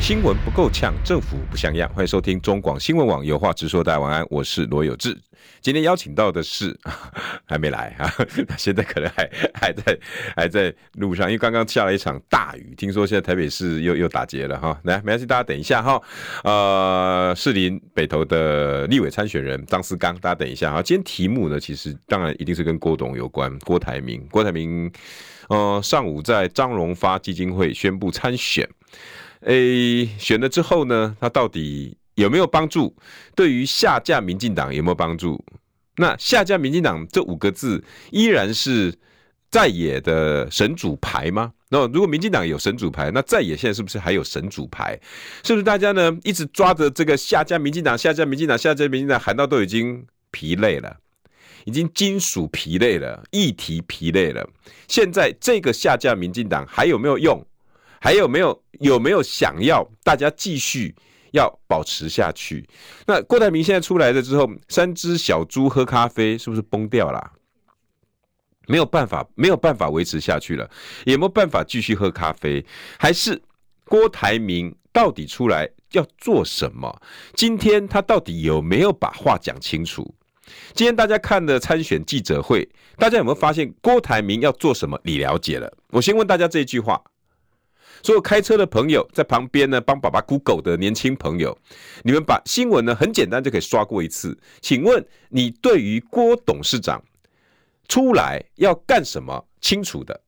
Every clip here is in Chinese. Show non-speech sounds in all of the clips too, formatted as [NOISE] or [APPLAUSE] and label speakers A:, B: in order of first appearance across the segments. A: 新闻不够呛，政府不像样。欢迎收听中广新闻网，有话直说。大家晚安，我是罗有志。今天邀请到的是 [LAUGHS] 还没来 [LAUGHS] 啊，他现在可能还 [LAUGHS] 还在还在路上，因为刚刚下了一场大雨，听说现在台北市又又打劫了哈。来，没关系，大家等一下哈。呃，士林北投的立委参选人张思刚，大家等一下哈。今天题目呢，其实当然一定是跟郭董有关，郭台铭，郭台铭，呃，上午在张荣发基金会宣布参选。诶，选了之后呢，他到底有没有帮助？对于下架民进党有没有帮助？那下架民进党这五个字依然是在野的神主牌吗？那如果民进党有神主牌，那在野现在是不是还有神主牌？是不是大家呢一直抓着这个下架民进党、下架民进党、下架民进党喊到都已经疲累了？已经金属疲累了，议题疲累了。现在这个下架民进党还有没有用？还有没有有没有想要大家继续要保持下去？那郭台铭现在出来了之后，三只小猪喝咖啡是不是崩掉了啊、没有办法，没有办法维持下去了，也没有办法继续喝咖啡，还是郭台铭到底出来要做什么？今天他到底有没有把话讲清楚？今天大家看的参选记者会，大家有没有发现郭台铭要做什么？你了解了？我先问大家这一句话：所有开车的朋友，在旁边呢帮爸爸 Google 的年轻朋友，你们把新闻呢很简单就可以刷过一次。请问你对于郭董事长出来要干什么清楚的，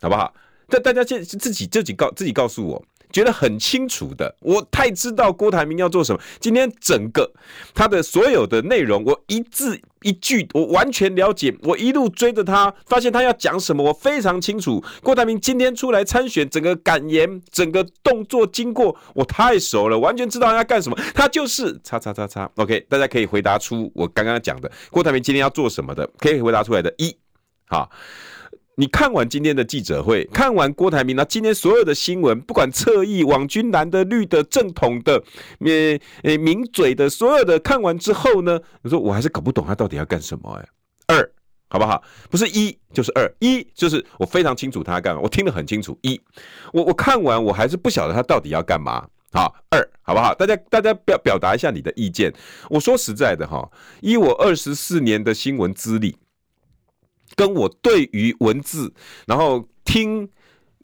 A: 好不好？但大家现自己自己告自己告诉我，觉得很清楚的，我太知道郭台铭要做什么。今天整个他的所有的内容，我一字一句，我完全了解。我一路追着他，发现他要讲什么，我非常清楚。郭台铭今天出来参选，整个感言、整个动作经过，我太熟了，完全知道他要干什么。他就是叉叉叉叉。OK，大家可以回答出我刚刚讲的郭台铭今天要做什么的，可以回答出来的一，好。你看完今天的记者会，看完郭台铭，那今天所有的新闻，不管侧翼、网军、蓝的、绿的、正统的、呃呃名嘴的，所有的看完之后呢，你说我还是搞不懂他到底要干什么、哎，二好不好？不是一就是二，一就是我非常清楚他干嘛，我听得很清楚。一，我我看完我还是不晓得他到底要干嘛。好，二好不好？大家大家表表达一下你的意见。我说实在的哈，以我二十四年的新闻资历，跟我对于文字，然后听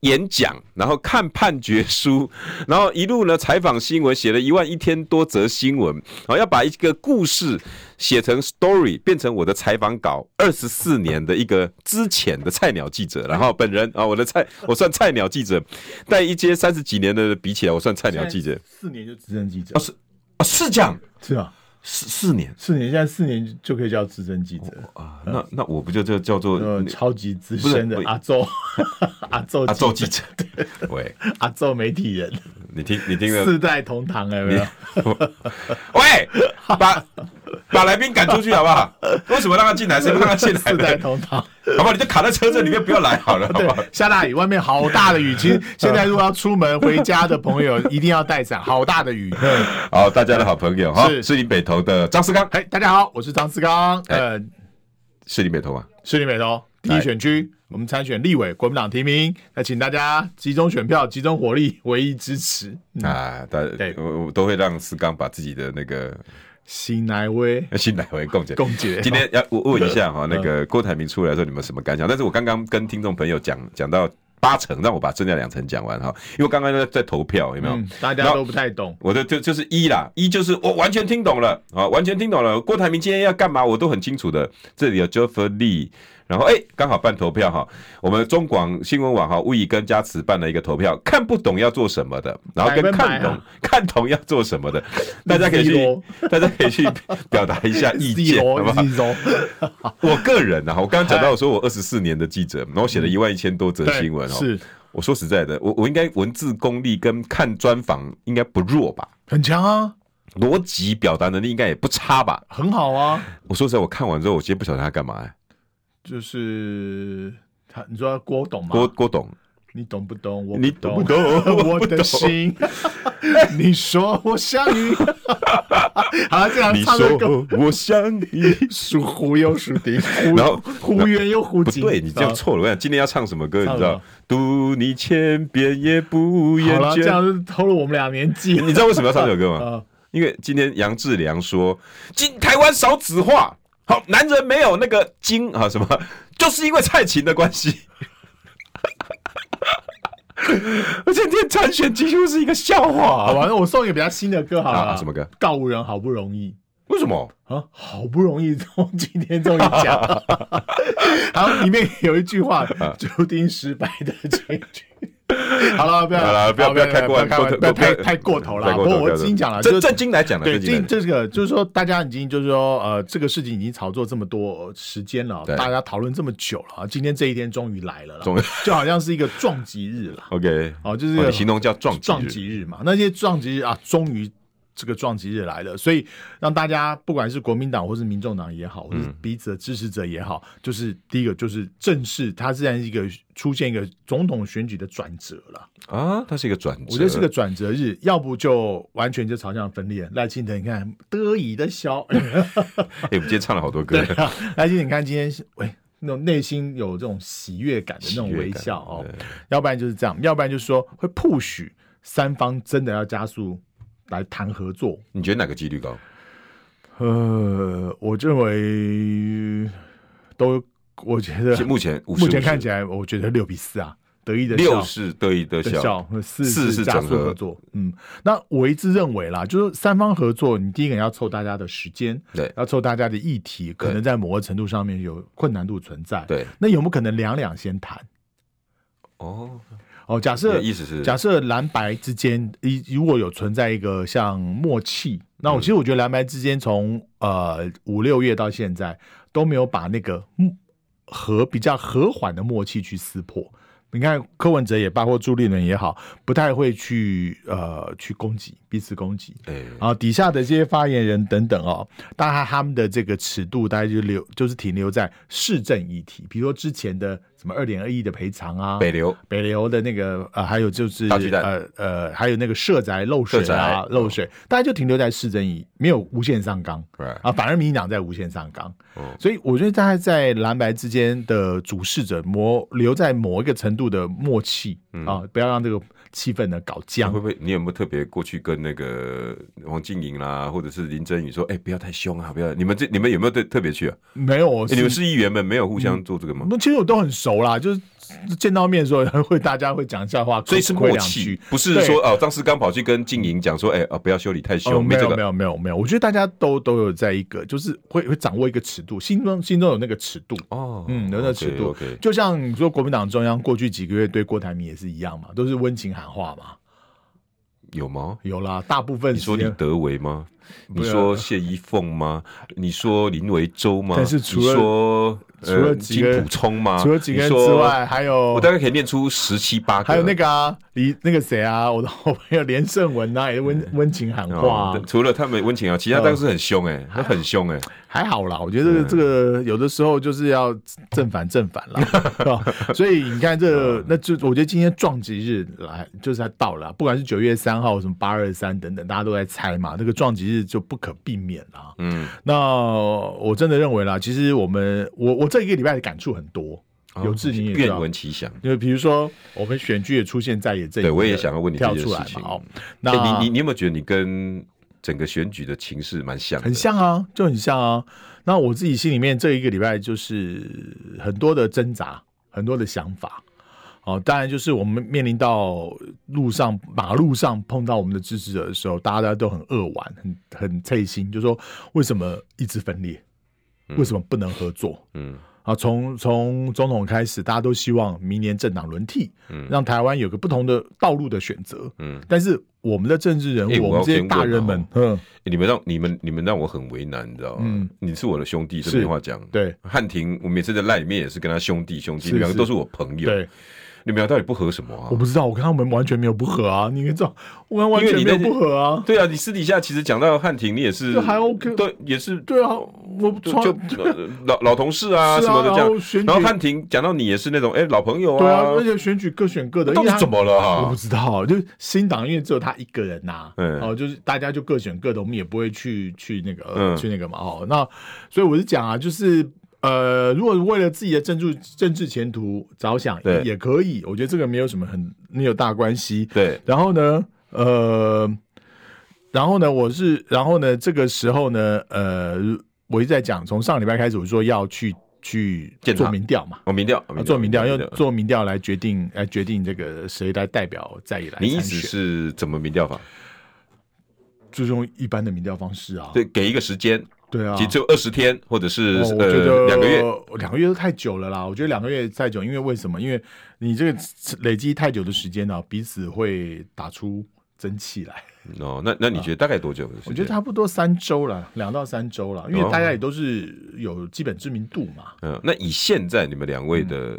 A: 演讲，然后看判决书， [LAUGHS] 然后一路呢采访新闻，写了一万一千多则新闻，然后要把一个故事写成 story，变成我的采访稿。二十四年的一个之前的菜鸟记者，然后本人啊，我的菜，我算菜鸟记者，但一些三十几年的比起来，我算菜鸟记者。
B: 四年就资深记者，
A: 哦，是哦，是这样，
B: 是啊，
A: 四四年
B: 四年现在四年就可以叫资深记者，
A: 啊，那那我不就这叫做
B: 呃，超级资深
A: 不
B: 的
A: 是
B: 阿宙， [LAUGHS] 阿宙
A: 啊，做记者？ [LAUGHS] 喂，
B: [LAUGHS] 阿宙媒体人，
A: 你听你听了
B: 四代同堂哎有没有？
A: 喂，把把来宾赶出去好不好？为什么让他进来？谁让他
B: [LAUGHS]
A: 进来
B: 四代
A: 的？
B: 同堂，
A: 好不好？你就卡在车阵里面，不要来好了，好
B: 对
A: 不好？，
B: 下大雨，外面好大的雨，
A: [LAUGHS]
B: 其实现在如果要出门回家的朋友一定要带伞，好大的雨。
A: 好，大家的好朋友哈，
B: 是
A: 士林北投的张思刚，
B: 哎，大家好，我是张思刚，
A: 哎
B: 呃，
A: 士林北投啊，
B: 士林美投
A: 哎
B: 第一选区，我们参选立委，国民党提名，那请大家集中选票，集中火力，唯一支持。嗯
A: 啊，大
B: 对
A: 我我都会让思刚把自己的那个 [LAUGHS]
B: 新来威
A: 新来回
B: [LAUGHS]
A: 共姐。
B: 共姐，
A: 今天要我我问一下哈，那个郭台铭出来的时候，你们有什么感想？但是我刚刚跟听众朋友讲讲到八成，让我把剩下两成讲完哈，因为刚刚在在投票，有没有？
B: 嗯，大家都不太懂。
A: 我的就就是一啦，一就是我完全听懂了啊，完全听懂了。郭台铭今天要干嘛，我都很清楚的。这里有 Jeffrey Lee，然后哎，刚、好办投票哈，我们中广新闻网哈，吴以跟嘉慈办了一个投票，看不懂要做什么的，然后跟
B: 百分百
A: 看
B: 啊
A: 懂、 [LAUGHS] 看懂要做什么的，大家可以去
B: Zero，
A: 大家可以
B: [LAUGHS]
A: 去表达一下意
B: E
A: 见，好不好？ [LAUGHS]
B: 柔，
A: 我个人啊，我刚刚讲到我说我二十四年的记者，然后写了一万一千多则
B: 嗯对
A: 新闻哦。
B: 是
A: 我说实在的，我我应该文字功力跟看专访应该不弱吧？
B: 很强啊，
A: 逻辑表达能力应该也不差吧？
B: 很好啊，
A: 我说实在，我看完之后，我今天不晓得他干嘛、欸。
B: 就是他，你说郭董吗？
A: 郭郭董，
B: 你懂不懂？我
A: 你懂
B: 懂
A: 不
B: [LAUGHS]
A: 懂
B: 我的
A: [LAUGHS]
B: 心？你说我想你。 [LAUGHS] 好了，这样
A: 你
B: 唱的歌
A: 说我想你，
B: 属狐又属敌，狐
A: 然后
B: 狐圆又狐
A: 不
B: 精。
A: 对，你这样
B: 啊
A: 错了。我想今天要唱什么歌，你
B: 唱
A: 知道
B: 什么？
A: 读你千遍也不厌
B: 好了，这
A: 倦。
B: 样是透露我们俩年
A: [LAUGHS]
B: 纪
A: 你知道为什么要唱这首
B: [LAUGHS]
A: 歌吗？
B: 啊。
A: 因为今天杨志良说，今台湾少子化，好男人没有那个精啊什么， [LAUGHS] 就是因为蔡琴的关系。 [LAUGHS] 我今天参选几乎是一个笑话、
B: 好吧，那我送一个比较新的歌好
A: 啊
B: 了。
A: 什么歌？
B: 告五人好不容易。
A: 为什么？
B: 啊，好不容易从今天终于讲， [LAUGHS] 好，里面有一句话，
A: 嗯
B: 注定失败的结局。好了，不要
A: 好了不要
B: 啊好
A: 不要太过
B: 不要
A: 过
B: 不要太
A: 过
B: 太过头了。啊
A: 太
B: 不
A: 过头不
B: 过我
A: 要
B: 已经讲了，
A: 正
B: 就
A: 正经来讲的，
B: 对，
A: 正经
B: 这
A: 来讲
B: 这个就是说，大家已经就是说，呃，这个事情已经炒作这么多呃时间了，
A: 对
B: 大家讨论这么久了，今天这一天终于来了啦，
A: 终于
B: 就好像是一个撞击日了。
A: OK，
B: 哦，就是
A: 哦你形容叫撞击日
B: 撞击日嘛，那些撞击日啊，终于这个撞击日来了，所以让大家不管是国民党或是民众党也好，或
A: 嗯
B: 是彼此的支持者也好，就是第一个就是正式，它自然是一个出现一个总统选举的转折了。
A: 啊，它是一个转折，
B: 我觉得是个转折日，要不就完全就朝向分裂。赖清德，你看得意
A: [LAUGHS]
B: 的笑，
A: 哎、我们今天唱了好多歌，
B: 赖清德，你看今天是喂。那种内心有这种喜悦感的那种微笑哦，要不然就是这样，要不然就是说会 push 三方真的要加速来谈合作。
A: [LAUGHS] 你觉得哪个几率高？
B: 呃，我认为都，我觉得
A: 目前五十，
B: 啊目前看起来，我觉得六比四啊，得意的笑
A: 六是得意得
B: 的
A: 笑，
B: 笑，四
A: 四
B: 是
A: 是
B: 加
A: 整
B: 速
A: 合
B: 合作。嗯，那我一直认为啦，就是三方合作，你第一个要凑大家的时间，
A: 对
B: 要凑大家的议题，可能在某个程度上面有困难度存在。，
A: 对
B: 那有没有可能两两先谈？
A: 哦，
B: 哦，假
A: 你
B: 设
A: 的意思是
B: 假设蓝白之间一如果有存在一个像默契，那我其实我觉得蓝白之间从呃五六月到现在都没有把那个嗯和比较和缓的默契去撕破。你看柯文哲也罢，或朱立伦也好，不太会去呃去攻击彼此攻击。
A: 哎、
B: 然后底下的这些发言人等等哦，大概他们的这个尺度大概就留就是停留在市政议题，比如说之前的什么二点二亿的赔偿啊，
A: 北流
B: 北流的那个呃，还有就是
A: 大巨蛋
B: 呃呃，还有那个社宅漏水
A: 社
B: 啊
A: 宅，嗯
B: 漏水，大家就停留在市政议，没有无限上纲
A: Right
B: 啊，反而民进党在无限上纲
A: 哦，
B: 所以我觉得大概在蓝白之间的主事者磨留在某一个程度的默契
A: 嗯
B: 啊，不要让这个气氛呢搞僵
A: 会。不会？你有没有特别过去跟那个王静莹啦，或者是林真宇说，哎、不要太凶啊，不要？你们这你们有没有对特别去啊、
B: 没有，我
A: 哎你
B: 是嗯
A: 们市议员们没有互相做这个吗？
B: 那其实我都很熟啦，就是见到面的时候会大家会讲一下话，
A: 所以是
B: 口口
A: 默
B: 两
A: 契
B: 句，
A: 不是
B: 对
A: 说哦，张世刚跑去跟静莹讲说，哎、啊、不要修理太凶、
B: 哦，没
A: 没这
B: 有没
A: 个。
B: 有没有没有，我觉得大家都都有在一个，就是会会掌握一个尺度，心中心中有那个尺度。
A: 哦，
B: 嗯，有那个尺度
A: o k
B: 就像你说，国民党中央过去几个月对郭台铭也是一样嘛，都是温情喊话嘛。
A: 有吗？
B: 有啦，大部分
A: 你说
B: 时
A: 李
B: 间
A: 德维吗？你
B: 是
A: 说谢依凤吗？你说林维洲吗？
B: 但是除了
A: 你说
B: 除了
A: 呃
B: 几个
A: 金普聪吗？
B: 除了几个人
A: 你说
B: 之外，还有
A: 我大概可以念出十七八个。
B: 还有那个啊，李那个谁啊，我的好朋友连胜文啊，也温温情喊话、啊
A: 嗯哦，除了他们温情啊，其他
B: 嗯
A: 当时很凶哎，他很凶哎。
B: 还好啦，我觉得
A: 嗯
B: 这个有的时候就是要正反正反
A: [LAUGHS]
B: 啦，是吧所以你看这
A: 嗯
B: 个那就我觉得今天撞击日来就是它到了啊，不管是九月三号什么八二三等等，大家都在猜嘛，那个撞击日就不可避免啦。
A: 嗯，
B: 那我真的认为啦，其实我们我我这一个礼拜的感触很多，有志你也知
A: 愿
B: 道。
A: 闻其详。
B: 因为比如说，我们选举也出现在野阵营的，
A: 对我也想要问你这
B: 跳
A: 件
B: 出来
A: 事
B: 嘛
A: 情。
B: 哦，
A: 哎
B: 那
A: 你你你有没有觉得你跟整个选举的情势蛮像？
B: 很。像啊，就很像啊。那我自己心里面这一个礼拜就是很多的挣扎，很多的想法。哦，当然就是我们面临到路上马路上碰到我们的支持者的时候，大家都很扼腕，很很脆心，就说为什么一直分裂，为什么不能合作？
A: 嗯，
B: 啊，从从总统开始，大家都希望明年政党轮替，
A: 嗯
B: 让台湾有个不同的道路的选择，
A: 嗯
B: 但是我们的政治人物，
A: 哎我
B: 我们
A: 要
B: 这些
A: 先
B: 大
A: 问
B: 人
A: 哦
B: 们， [LAUGHS] 嗯，
A: 你们让你们你们让我很为难，你知道吗？
B: 嗯
A: 你是我的兄弟，这
B: 是
A: 没话讲。
B: 对
A: 汉庭，我每次在赖里面也是跟他兄弟兄弟，
B: 是
A: 两个
B: 是
A: 都是我朋友。
B: 对，
A: 你们俩到底不合什么啊
B: 我？不知道，我跟他们完全没有不合啊，你知道，我们完
A: 因为
B: 全
A: 你
B: 没
A: 那
B: 有
A: 天
B: 不合啊，
A: 对啊，你私底下其实讲到汉庭，你也是
B: 这还 OK
A: 对，也是
B: 对啊，我
A: 就
B: 穿
A: 就呃老老同事啊
B: 是
A: 什么
B: 啊
A: 的这
B: 然后
A: 样
B: 选。
A: 然后
B: 举
A: 汉庭讲到你也是那种哎老朋友
B: 对啊，
A: 啊
B: 而，且选举各选各的，
A: 到
B: 因为
A: 底
B: 他
A: 怎么了
B: 我
A: 啊
B: 不？知道， [LAUGHS] 就是新党因为只有他一个人呐、
A: 嗯
B: 哦，就是大家就各选各的，我们也不会去去那个、
A: 嗯
B: 去那个嘛，哦，那所以我是讲啊，就是呃，如果为了自己的政治政治前途着想，
A: 对
B: 也可以，我觉得这个没有什么很没有大关系。
A: 对，
B: 然后呢，呃，然后呢，我是，然后呢，这个时候呢，呃，我一直在讲，从上礼拜开始，我说要去去
A: 见他
B: 做民调嘛。
A: 我哦民调
B: 啊，做民调，用做民调来决定，来决定这个谁来代表在野来
A: 你意
B: 参
A: 思
B: 选，
A: 是怎么民调法？
B: 就用一般的民调方式啊。
A: 对，给一个时间，
B: 对啊，
A: 其实只有二十天或者是
B: 哦我觉
A: 呃
B: 得
A: 两个月。，
B: 两个月都太久了啦。我觉得两个月太久，因为为什么？因为你这个累积太久的时间呢、啊彼此会打出真气来。
A: 哦，那那你觉得哦大概多久的时间？
B: 我觉得差不多三周了，两到三周了，因为大家也都是有基本知名度嘛。
A: 嗯，那以现在你们两位的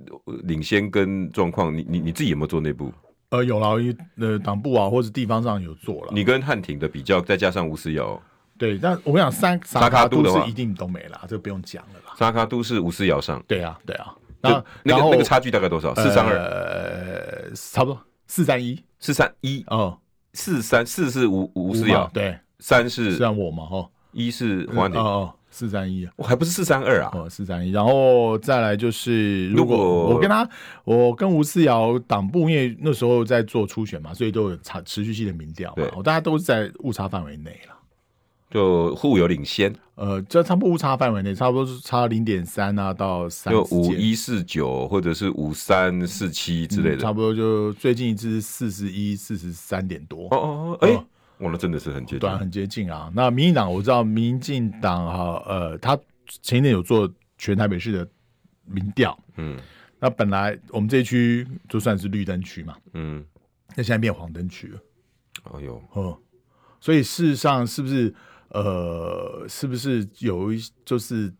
B: 嗯
A: 呃领先跟状况，你你你自己有没有做内部？
B: 呃，有了，因为呃，党部啊或者地方上有做了。
A: 你跟汉庭的比较，再加上吴思瑶，
B: 对，但我跟你讲，三
A: 萨
B: 萨
A: 卡
B: 卡
A: 都
B: 都
A: 的话
B: 是一定都没啦，这个不用讲了啦。
A: 沙卡都是吴思瑶上，
B: 对啊，对啊。
A: 就
B: 那
A: 那
B: 然
A: 个
B: 后
A: 那个差距大概多少？四三二、
B: 呃，差不多四三一
A: 四三一、
B: 哦，
A: 四三四是吴吴思
B: 嘛
A: 瑶，
B: 啊对，
A: 三
B: 是
A: 是
B: 按我嘛哦，
A: 一是黄汉
B: 哦
A: 庭，
B: 哦，四三一
A: 我还不是四三二啊？
B: 哦，四三一，然后再来就是，
A: 如
B: 如
A: 果
B: 果我跟他，我跟吴思瑶党部，因为那时候在做初选嘛，所以都有查持续性的民调嘛
A: 对，
B: 哦大家都是在误差范围内了。
A: 就互有领先，
B: 呃，这差不多误差范围内，差不多是差零点三啊到三
A: 就五一四九或者是五三四七之类的。
B: 嗯差不多就最近一支四十一、四十三点多，
A: 哦哦哦，哎、
B: 哦
A: 哇，那真的是很接近
B: 对啊，。很接近啊。那民进党我知道，民进党哈，呃，他前一年有做全台北市的民调，
A: 嗯
B: 那本来我们这一区就算是绿灯区嘛，
A: 嗯，
B: 那现在变黄灯区了，
A: 哎呦，
B: 哦，所以事实上是不是呃，是不是有一就是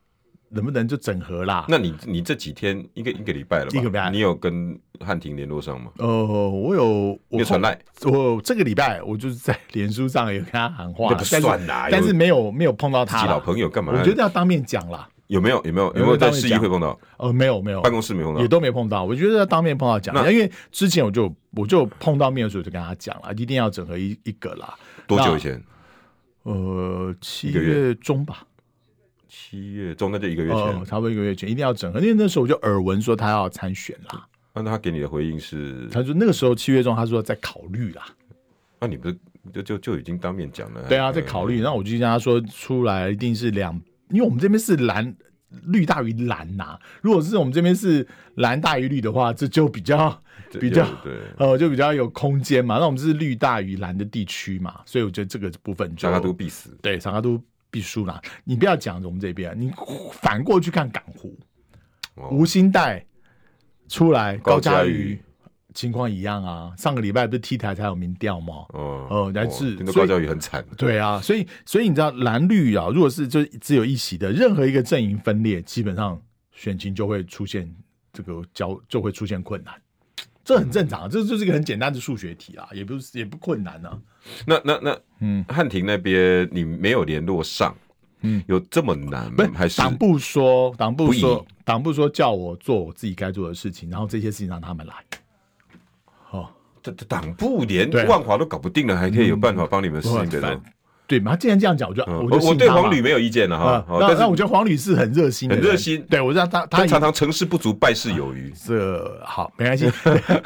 B: 能不能就整合啦？
A: 那你你这几天一个一个礼拜了吧？
B: 一个礼拜
A: 你有跟汉庭联络上吗？
B: 呃，我有
A: 你
B: 我
A: 有传赖，
B: 我这个礼拜我就是在 [LAUGHS] 脸书上有跟他喊
A: 那不
B: 话啦，但是
A: 算啦
B: 但
A: 有
B: 是没有没有碰到
A: 自
B: 他
A: 己
B: 啦
A: 老朋友干嘛？
B: 我觉得要当面讲啦。
A: 有没有有没有有没有
B: 有
A: 在
B: 当面
A: 市议
B: 讲
A: 会碰到
B: 呃，没有没有，
A: 办公室没碰到？
B: 也都没碰到。我觉得当面碰到讲
A: 那，
B: 因为之前我就我就碰到面的时候就跟他讲了，一定要整合一一个啦。
A: 多久
B: 那
A: 以前？
B: 呃，七
A: 一个月
B: 月中吧，
A: 七月中，那就一个月前。
B: 呃，差不多一个月前，一定要整合。因为那时候我就耳闻说他要参选啦，
A: 那他给你的回应是？
B: 他说那个时候七月中他说在考虑啦，
A: 那你不是就就就已经当面讲了？哎
B: 对啊，在考虑。然后我就跟他说出来一定是两，因为我们这边是蓝。绿大于蓝呐、如果是我们这边是蓝大于绿的话，这就比较
A: 这
B: 比较
A: 对。
B: 呃，就比较有空间嘛。那我们是绿大于蓝的地区嘛，所以我觉得这个部分就
A: 大家都必死，
B: 对长沙都必输啦。你不要讲我们这边，你反过去看港湖，
A: 哦
B: 吴兴代出来，
A: 高
B: 高
A: 嘉
B: 嘉
A: 瑜
B: 瑜情况一样啊。上个礼拜不是 T 台才有民调吗？
A: 哦
B: 哦来自
A: 听说
B: 所
A: 高
B: 以
A: 教育很惨，
B: 对啊，所以所以你知道蓝绿啊，如果是就只有一席的，任何一个阵营分裂，基本上选情就会出现这个交就会出现困难，这很正常，这就是一个很简单的数学题啊，也不是也不困难啊。
A: 那那那，嗯
B: 嗯，
A: 汉庭那边你没有联络上，嗯
B: 嗯，
A: 有这么难
B: 不
A: 吗
B: 是？
A: 嗯还是
B: 党部说，党部
A: 不
B: 说，党部说叫我做我自己该做的事情，然后这些事情让他们来。哦，
A: 这这党部连
B: 对啊
A: 万华都搞不定了，还可以有办法帮你们适应这种
B: 不然？对嘛？他既然这样讲，我就、
A: 嗯
B: 我
A: 我
B: 就信
A: 我对
B: 他嘛
A: 黄旅没有意见了哈
B: 啊，，
A: 哦
B: 那
A: 但
B: 那我
A: 是
B: 觉得黄旅是很热心的
A: 很
B: 人，
A: 热心
B: 对我知道他他
A: 但
B: 也
A: 常常成事不足，败事有余。
B: 这好没
A: [LAUGHS]
B: 关系， [LAUGHS]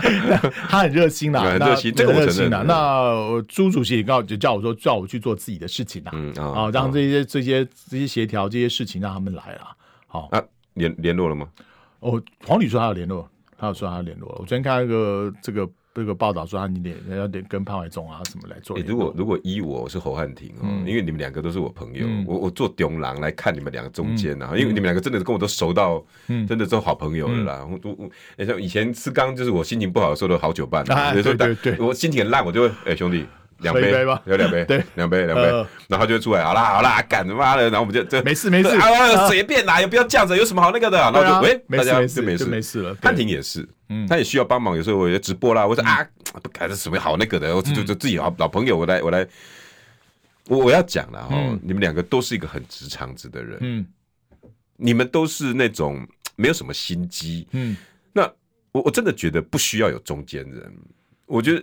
B: 他很热心啦，
A: 很
B: 那
A: 热心这个我
B: 很热
A: 承认
B: 心啦
A: 嗯。
B: 那朱主席也告就叫我说，叫我去做自己的事情啦，
A: 嗯
B: 啊，让这些这些这些协调这些事情让他们来啦。好，
A: 啊联联络了吗？
B: 哦，黄旅说他有联络，他有说他有联络。我昨天看那个这个这个报道说他你得要得跟潘怀忠啊什么来做
A: 诶
B: 联
A: 如
B: 络。
A: 果如果依我是侯汉廷哦，因为你们两个都是我朋友，
B: 嗯
A: 我我做顶郎来看你们两个中间啊，因为你们两个真的跟我都熟到，
B: 嗯
A: 真的都好朋友了啦。我我我，诶像以前吃刚就是我心情不好的时候的好久伴、
B: [LAUGHS] 啊
A: 有时候
B: 对对
A: 打
B: 对
A: 我心情很烂，我就会哎、兄弟，两
B: 喝一杯
A: 杯
B: 吧
A: 有两杯，
B: 对，
A: 两杯两杯
B: 呃，
A: 然后他就出来，好啦好啦，干他妈的，然后我们就就
B: 没事没事
A: 啊啊，随便啦，也不要这样子，有什么好那个的？然后
B: 对啊
A: 就喂，
B: 没
A: 大
B: 事
A: 家
B: 没
A: 就
B: 事
A: 没
B: 就
A: 事
B: 没事了对
A: 潘婷也是，
B: 嗯
A: 他也需要帮忙，有时候我就直播啦，我说啊，不干这什么好那个的，我
B: 嗯
A: 就就就自己老老朋友，我来我来，我我要讲了哈，你们两个都是一个很直肠子的人，
B: 嗯
A: 你们都是那种没有什么心机，
B: 嗯，
A: 那我我真的觉得不需要有中间人，我觉得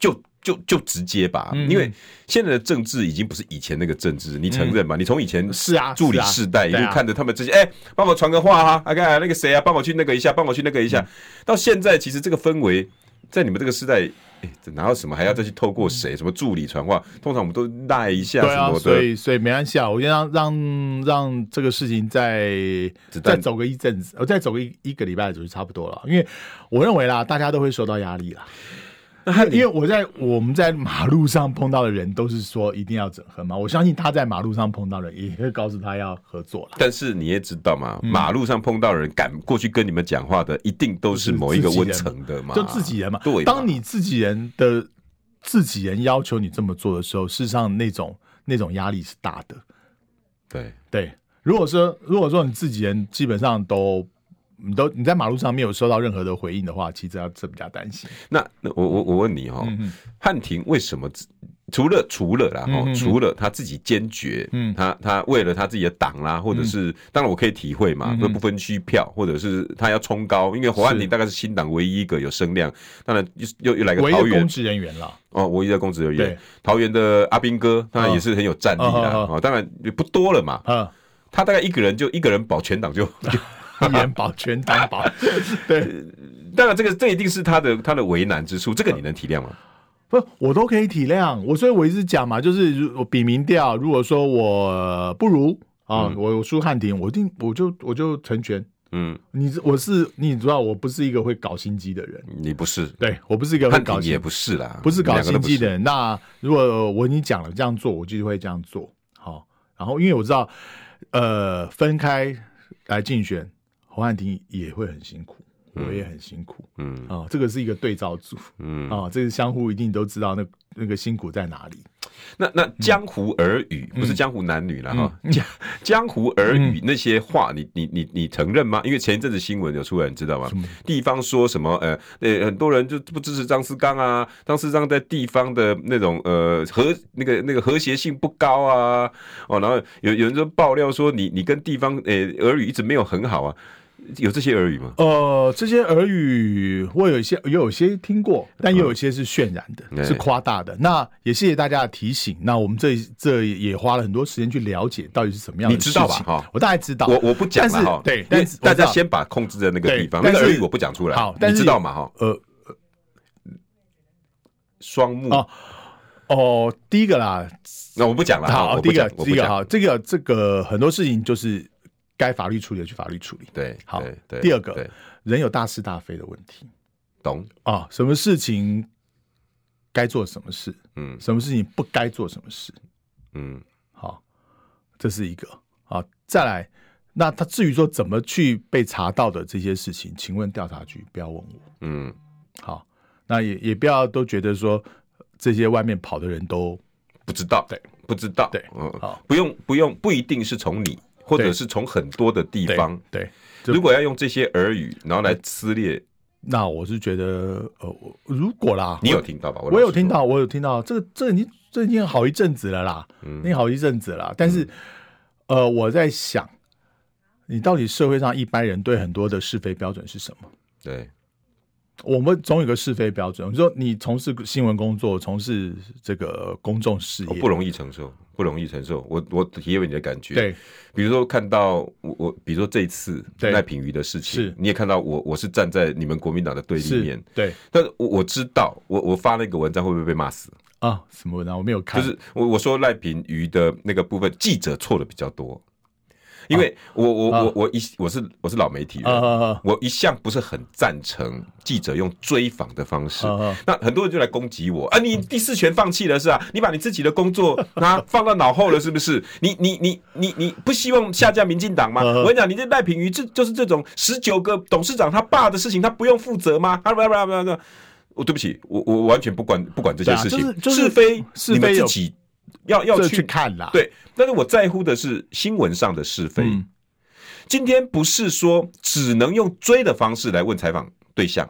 A: 就就就直接吧，
B: 嗯
A: 因为现在的政治已经不是以前那个政治，你承认吗？你从以前
B: 是啊
A: 助理
B: 是啊
A: 世代一
B: 对
A: 路
B: 啊
A: 看着他们这些，哎、帮我传个话啊，啊，看那个谁啊，帮我去那个一下，帮我去那个一
B: 嗯
A: 下，到现在其实这个氛围在你们这个时代。哎这哪有什么还要再去透过谁什么助理传话？通常我们都赖一下
B: 嗯对
A: 什
B: 啊，
A: 么
B: 所
A: 的，
B: 以所以没关系啊，我先让让让这个事情再
A: 子弹
B: 再走个一阵子，呃我再走个一一个礼拜左右就差不多了，因为我认为啦，大家都会受到压力啦。因为我在我们在马路上碰到的人都是说一定要整合嘛，我相信他在马路上碰到的人也会告诉他要合作啦。
A: 但是你也知道
B: 嗯
A: 嘛，马路上碰到人敢过去跟你们讲话的，一定都是某一个温层的嘛，
B: 就自己人嘛。
A: 对嘛，
B: 当你自己人的自己人要求你这么做的时候，事实上那种那种压力是大的。
A: 对
B: 对，如果说如果说你自己人基本上都你都你在马路上没有收到任何的回应的话，其实要这比较担心。
A: 那那我我我问你哈、
B: 嗯
A: 汉庭为什么自除了除了啦哈、
B: 嗯嗯嗯
A: 除了他自己坚决，
B: 嗯
A: 他他为了他自己的党啦，或者是、当然我可以体会
B: 嗯
A: 嘛，说不分区票，或者是他要冲高，因为侯汉庭大概是新党唯一一个有声量，当然又又又来个
B: 唯一
A: 桃
B: 的
A: 园
B: 公职人员啦，
A: 哦，我一在公职人员
B: 对，
A: 桃园的阿兵哥当然也是很有战力啦，
B: 哦哦
A: 哦，当然也不多了嘛，
B: 嗯，
A: 他大概一个人就一个人保全党就， [LAUGHS]
B: 一人保全担保， [LAUGHS] 对，
A: 当然这个这一定是他的他的为难之处，这个你能体谅吗？
B: 不，我都可以体谅。我所以我一直讲嘛，就是如我比民调，如果说我不如啊，我我输汉庭，我一定我就我就成全。
A: 嗯，
B: 你我是你知道，我不是一个会搞心机的人，
A: 你不是，
B: 对我不是一个会
A: 汉
B: 搞
A: 庭
B: 心
A: 也不是啦，
B: 不是搞
A: 两个都
B: 心
A: 不
B: 机
A: 是
B: 的。人。那如果我已经讲了这样做，我就会这样做。好，然后因为我知道，呃，分开来竞选，侯汉廷也会很辛苦，我也很辛苦
A: 嗯
B: 啊、这个是一个对照组
A: 嗯，
B: 啊、这个相互一定都知道那那个辛苦在哪里。
A: 那那江湖儿语
B: 嗯
A: 不是江湖男女了哈，江江湖儿语那些话，你你你你承认吗？因为前一阵子新闻有出来，你知道吗？地方说什么呃呃，很多人就不支持张思刚啊，张思刚在地方的那种呃和那个那个和谐性不高啊，哦，然后有有人说爆料说你你跟地方呃儿语一直没有很好啊，有这些儿语吗？
B: 呃，这些耳语我有一些，也有些听过，但也有一些是渲染的，
A: 嗯
B: 是夸大的。那也谢谢大家的提醒。那我们这这也花了很多时间去了解到底是什么样的
A: 你
B: 事
A: 知
B: 情。
A: 道吧哈
B: 我大概知道。
A: 我我不讲
B: 但
A: 了
B: 是
A: 哈，
B: 对
A: 因为
B: 但是我知
A: 大
B: 道
A: 家先把控制在那个地方，
B: 对
A: 那个
B: 但
A: 而
B: 是
A: 已我不讲出来，
B: 好
A: 你
B: 但是
A: 知道嘛哈？
B: 呃
A: 双目，
B: 哦哦，第一个啦，
A: 那我不讲了哈，
B: 好，
A: 啊我
B: 第
A: 不
B: 一个
A: 讲，我
B: 第
A: 不
B: 一个
A: 讲，
B: 哈，这个这个很多事情就是该法律处理的去法律处理。
A: 对，
B: 好
A: 对对，
B: 第二个
A: 对
B: 人有大是大非的问题
A: 懂，
B: 啊，什么事情该做什么事，
A: 嗯
B: 什么事情不该做什么事。
A: 嗯，
B: 好，这是一个啊。再来，那他至于说怎么去被查到的这些事情，请问调查局不要问我。
A: 嗯，
B: 好，那也也不要都觉得说呃这些外面跑的人都
A: 不知道，
B: 对，
A: 不知道，
B: 对
A: 嗯
B: 好，
A: 不用不用，不一定是从你，或者
B: 对
A: 是从很多的地
B: 对
A: 方，
B: 对。就
A: 如果要用这些耳语，然后来撕裂，
B: 那我是觉得，呃，我如果啦，
A: 你有
B: 我
A: 听到吧？
B: 我
A: 老实
B: 有听
A: 说，
B: 到，我有听到，这个这已经这已经好一阵子了啦，
A: 嗯
B: 已经好一阵子了啦。但是，呃，我在想，你到底社会上一般人对很多的是非标准是什么？
A: 对，
B: 我们总有个是非标准。你说你从事新闻工作，从事这个公众事
A: 我
B: 业，
A: 哦不容易承受，不容易承受，我我体会你的感觉，
B: 对，
A: 比如说看到我我，比如说这一次
B: 对
A: 赖品妤的事情
B: 是，
A: 你也看到我我是站在你们国民党的对立
B: 是
A: 面，，
B: 对
A: 但是我我知道，我我发那个文章会不会被骂死？
B: 啊，什么文章我没有
A: 就
B: 看，
A: 是我我说赖品妤的那个部分，记者错的比较多，因为我我我我一我是我是老媒体
B: 啊
A: 人，
B: 啊
A: 我一向不是很赞成记者用追访的方式
B: 啊。啊，
A: 那很多人就来攻击我啊！你第四权放弃了是啊？你把你自己的工作啊放到脑后了是不是？你你你你你不希望下架民进党吗？
B: 嗯
A: 我跟你讲，你这赖品啊妤这就是这种十九个董事长他爸的事情，他不用负责吗？啊不不不不不，我对不起，我我完全不管不管这些
B: 对啊
A: 事情，
B: 就是就是
A: 是非
B: 是
A: 你们
B: 非
A: 自
B: 有
A: 己要要
B: 这
A: 去
B: 去看啦。，
A: 对，但是我在乎的是新闻上的是非。
B: 嗯
A: 今天不是说只能用追的方式来问采访对象。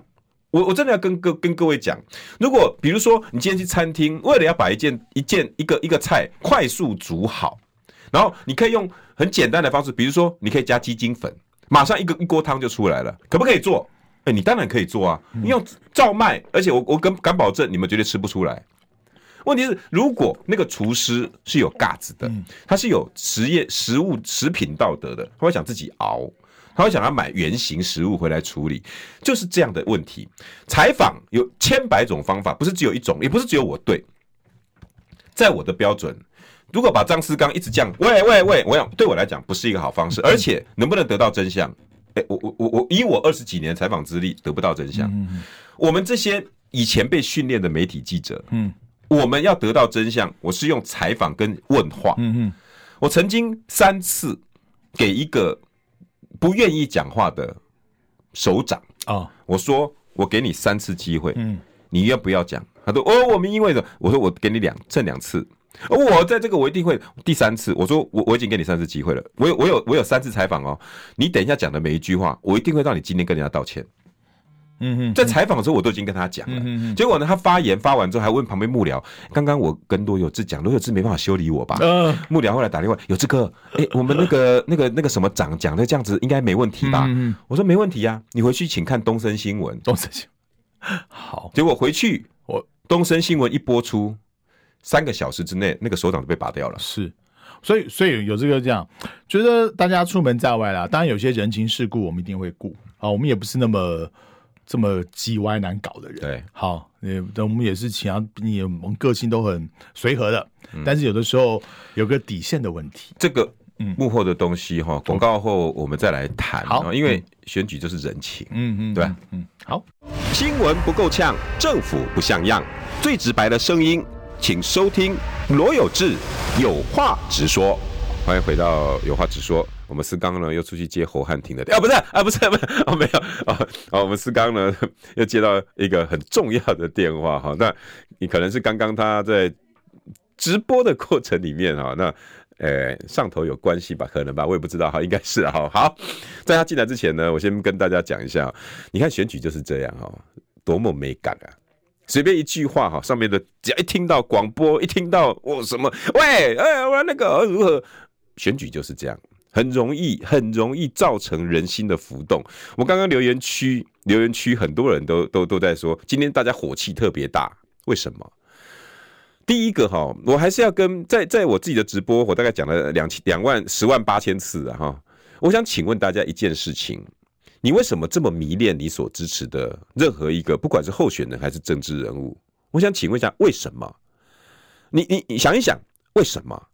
A: 我我真的要跟各跟各位讲，如果比如说你今天去餐厅，为了要把一件一件一个一个菜快速煮好，然后你可以用很简单的方式，比如说你可以加鸡精粉，马上一个一锅汤就出来了，可不可以做？哎、你当然可以做啊，你要照卖，而且我我敢敢保证，你们绝对吃不出来。问题是，如果那个厨师是有架子的，他是有实业食物食品道德的，他会想自己熬，他会想要买原型食物回来处理，就是这样的问题。采访有千百种方法，不是只有一种，也不是只有我对。在我的标准，如果把张思刚一直这样，喂喂喂，我想对我来讲不是一个好方式，而且能不能得到真相？哎、我我我我以我二十几年采访资历得不到真相，我们这些以前被训练的媒体记者，
B: 嗯
A: 我们要得到真相，我是用采访跟问话。
B: 嗯嗯
A: 我曾经三次给一个不愿意讲话的首长，
B: 哦，
A: 我说我给你三次机会，
B: 嗯
A: 你要不要讲？他说哦，我们因为什么？我说我给你两剩两次。哦我在这个我一定会第三次，我说我我已经给你三次机会了，我有我有我有三次采访哦，你等一下讲的每一句话，我一定会让你今天跟人家道歉。
B: 嗯嗯，
A: 在采访的时候我都已经跟他讲了，
B: 嗯嗯
A: 结果呢，他发言发完之后还问旁边幕僚，刚刚我跟罗有志讲，罗有志没办法修理我吧？
B: 呃，
A: 幕僚后来打电话，有这个，哎、我们那个
B: [LAUGHS]
A: 那个那个什么长讲的这样子应该没问题吧？
B: 嗯嗯嗯
A: 我说没问题呀、你回去请看东森新闻。
B: 东森新闻嗯好，
A: 结果回去
B: 我
A: 东森新闻一播出，三个小时之内那个首长就被拔掉了。
B: 是，所以所以有这个这样，觉得大家出门在外啦，当然有些人情世故我们一定会顾啊，我们也不是那么这么叽歪难搞的人。
A: 对，
B: 好，也我们也是其他你我们个性都很随和的，
A: 嗯
B: 但是有的时候有个底线的问题。
A: 这个幕后的东西哈，广告后我们再来谈。
B: 嗯
A: 哦
B: 好
A: 因为选举就是人情。
B: 嗯嗯，
A: 对
B: 嗯嗯，好，
A: 新闻不够呛，政府不像样，最直白的声音，请收听罗有志有话直说。欢迎回到有话直说。我们思刚呢又出去接侯汉廷的，啊不是啊不是 [LAUGHS] 不是哦没有啊啊我们思刚呢 [LAUGHS] 又接到一个很重要的电话哈，那你可能是刚刚他在直播的过程里面哈，那呃上头有关系吧，可能吧，我也不知道哈，应该是哈。好，在他进来之前呢，我先跟大家讲一下，你看选举就是这样哈，多么美感啊！随便一句话哈，上面的只要一听到广播，一听到哦什么喂哎我那个如何，选举就是这样，很容易很容易造成人心的浮动。我刚刚留言区留言区很多人都都都在说，今天大家火气特别大，为什么？第一个哈，我还是要跟在在我自己的直播，我大概讲了两千两万十万八千次啊哈。我想请问大家一件事情：你为什么这么迷恋你所支持的任何一个，不管是候选人还是政治人物？我想请问一下，为什么？你你你想一想，为什么？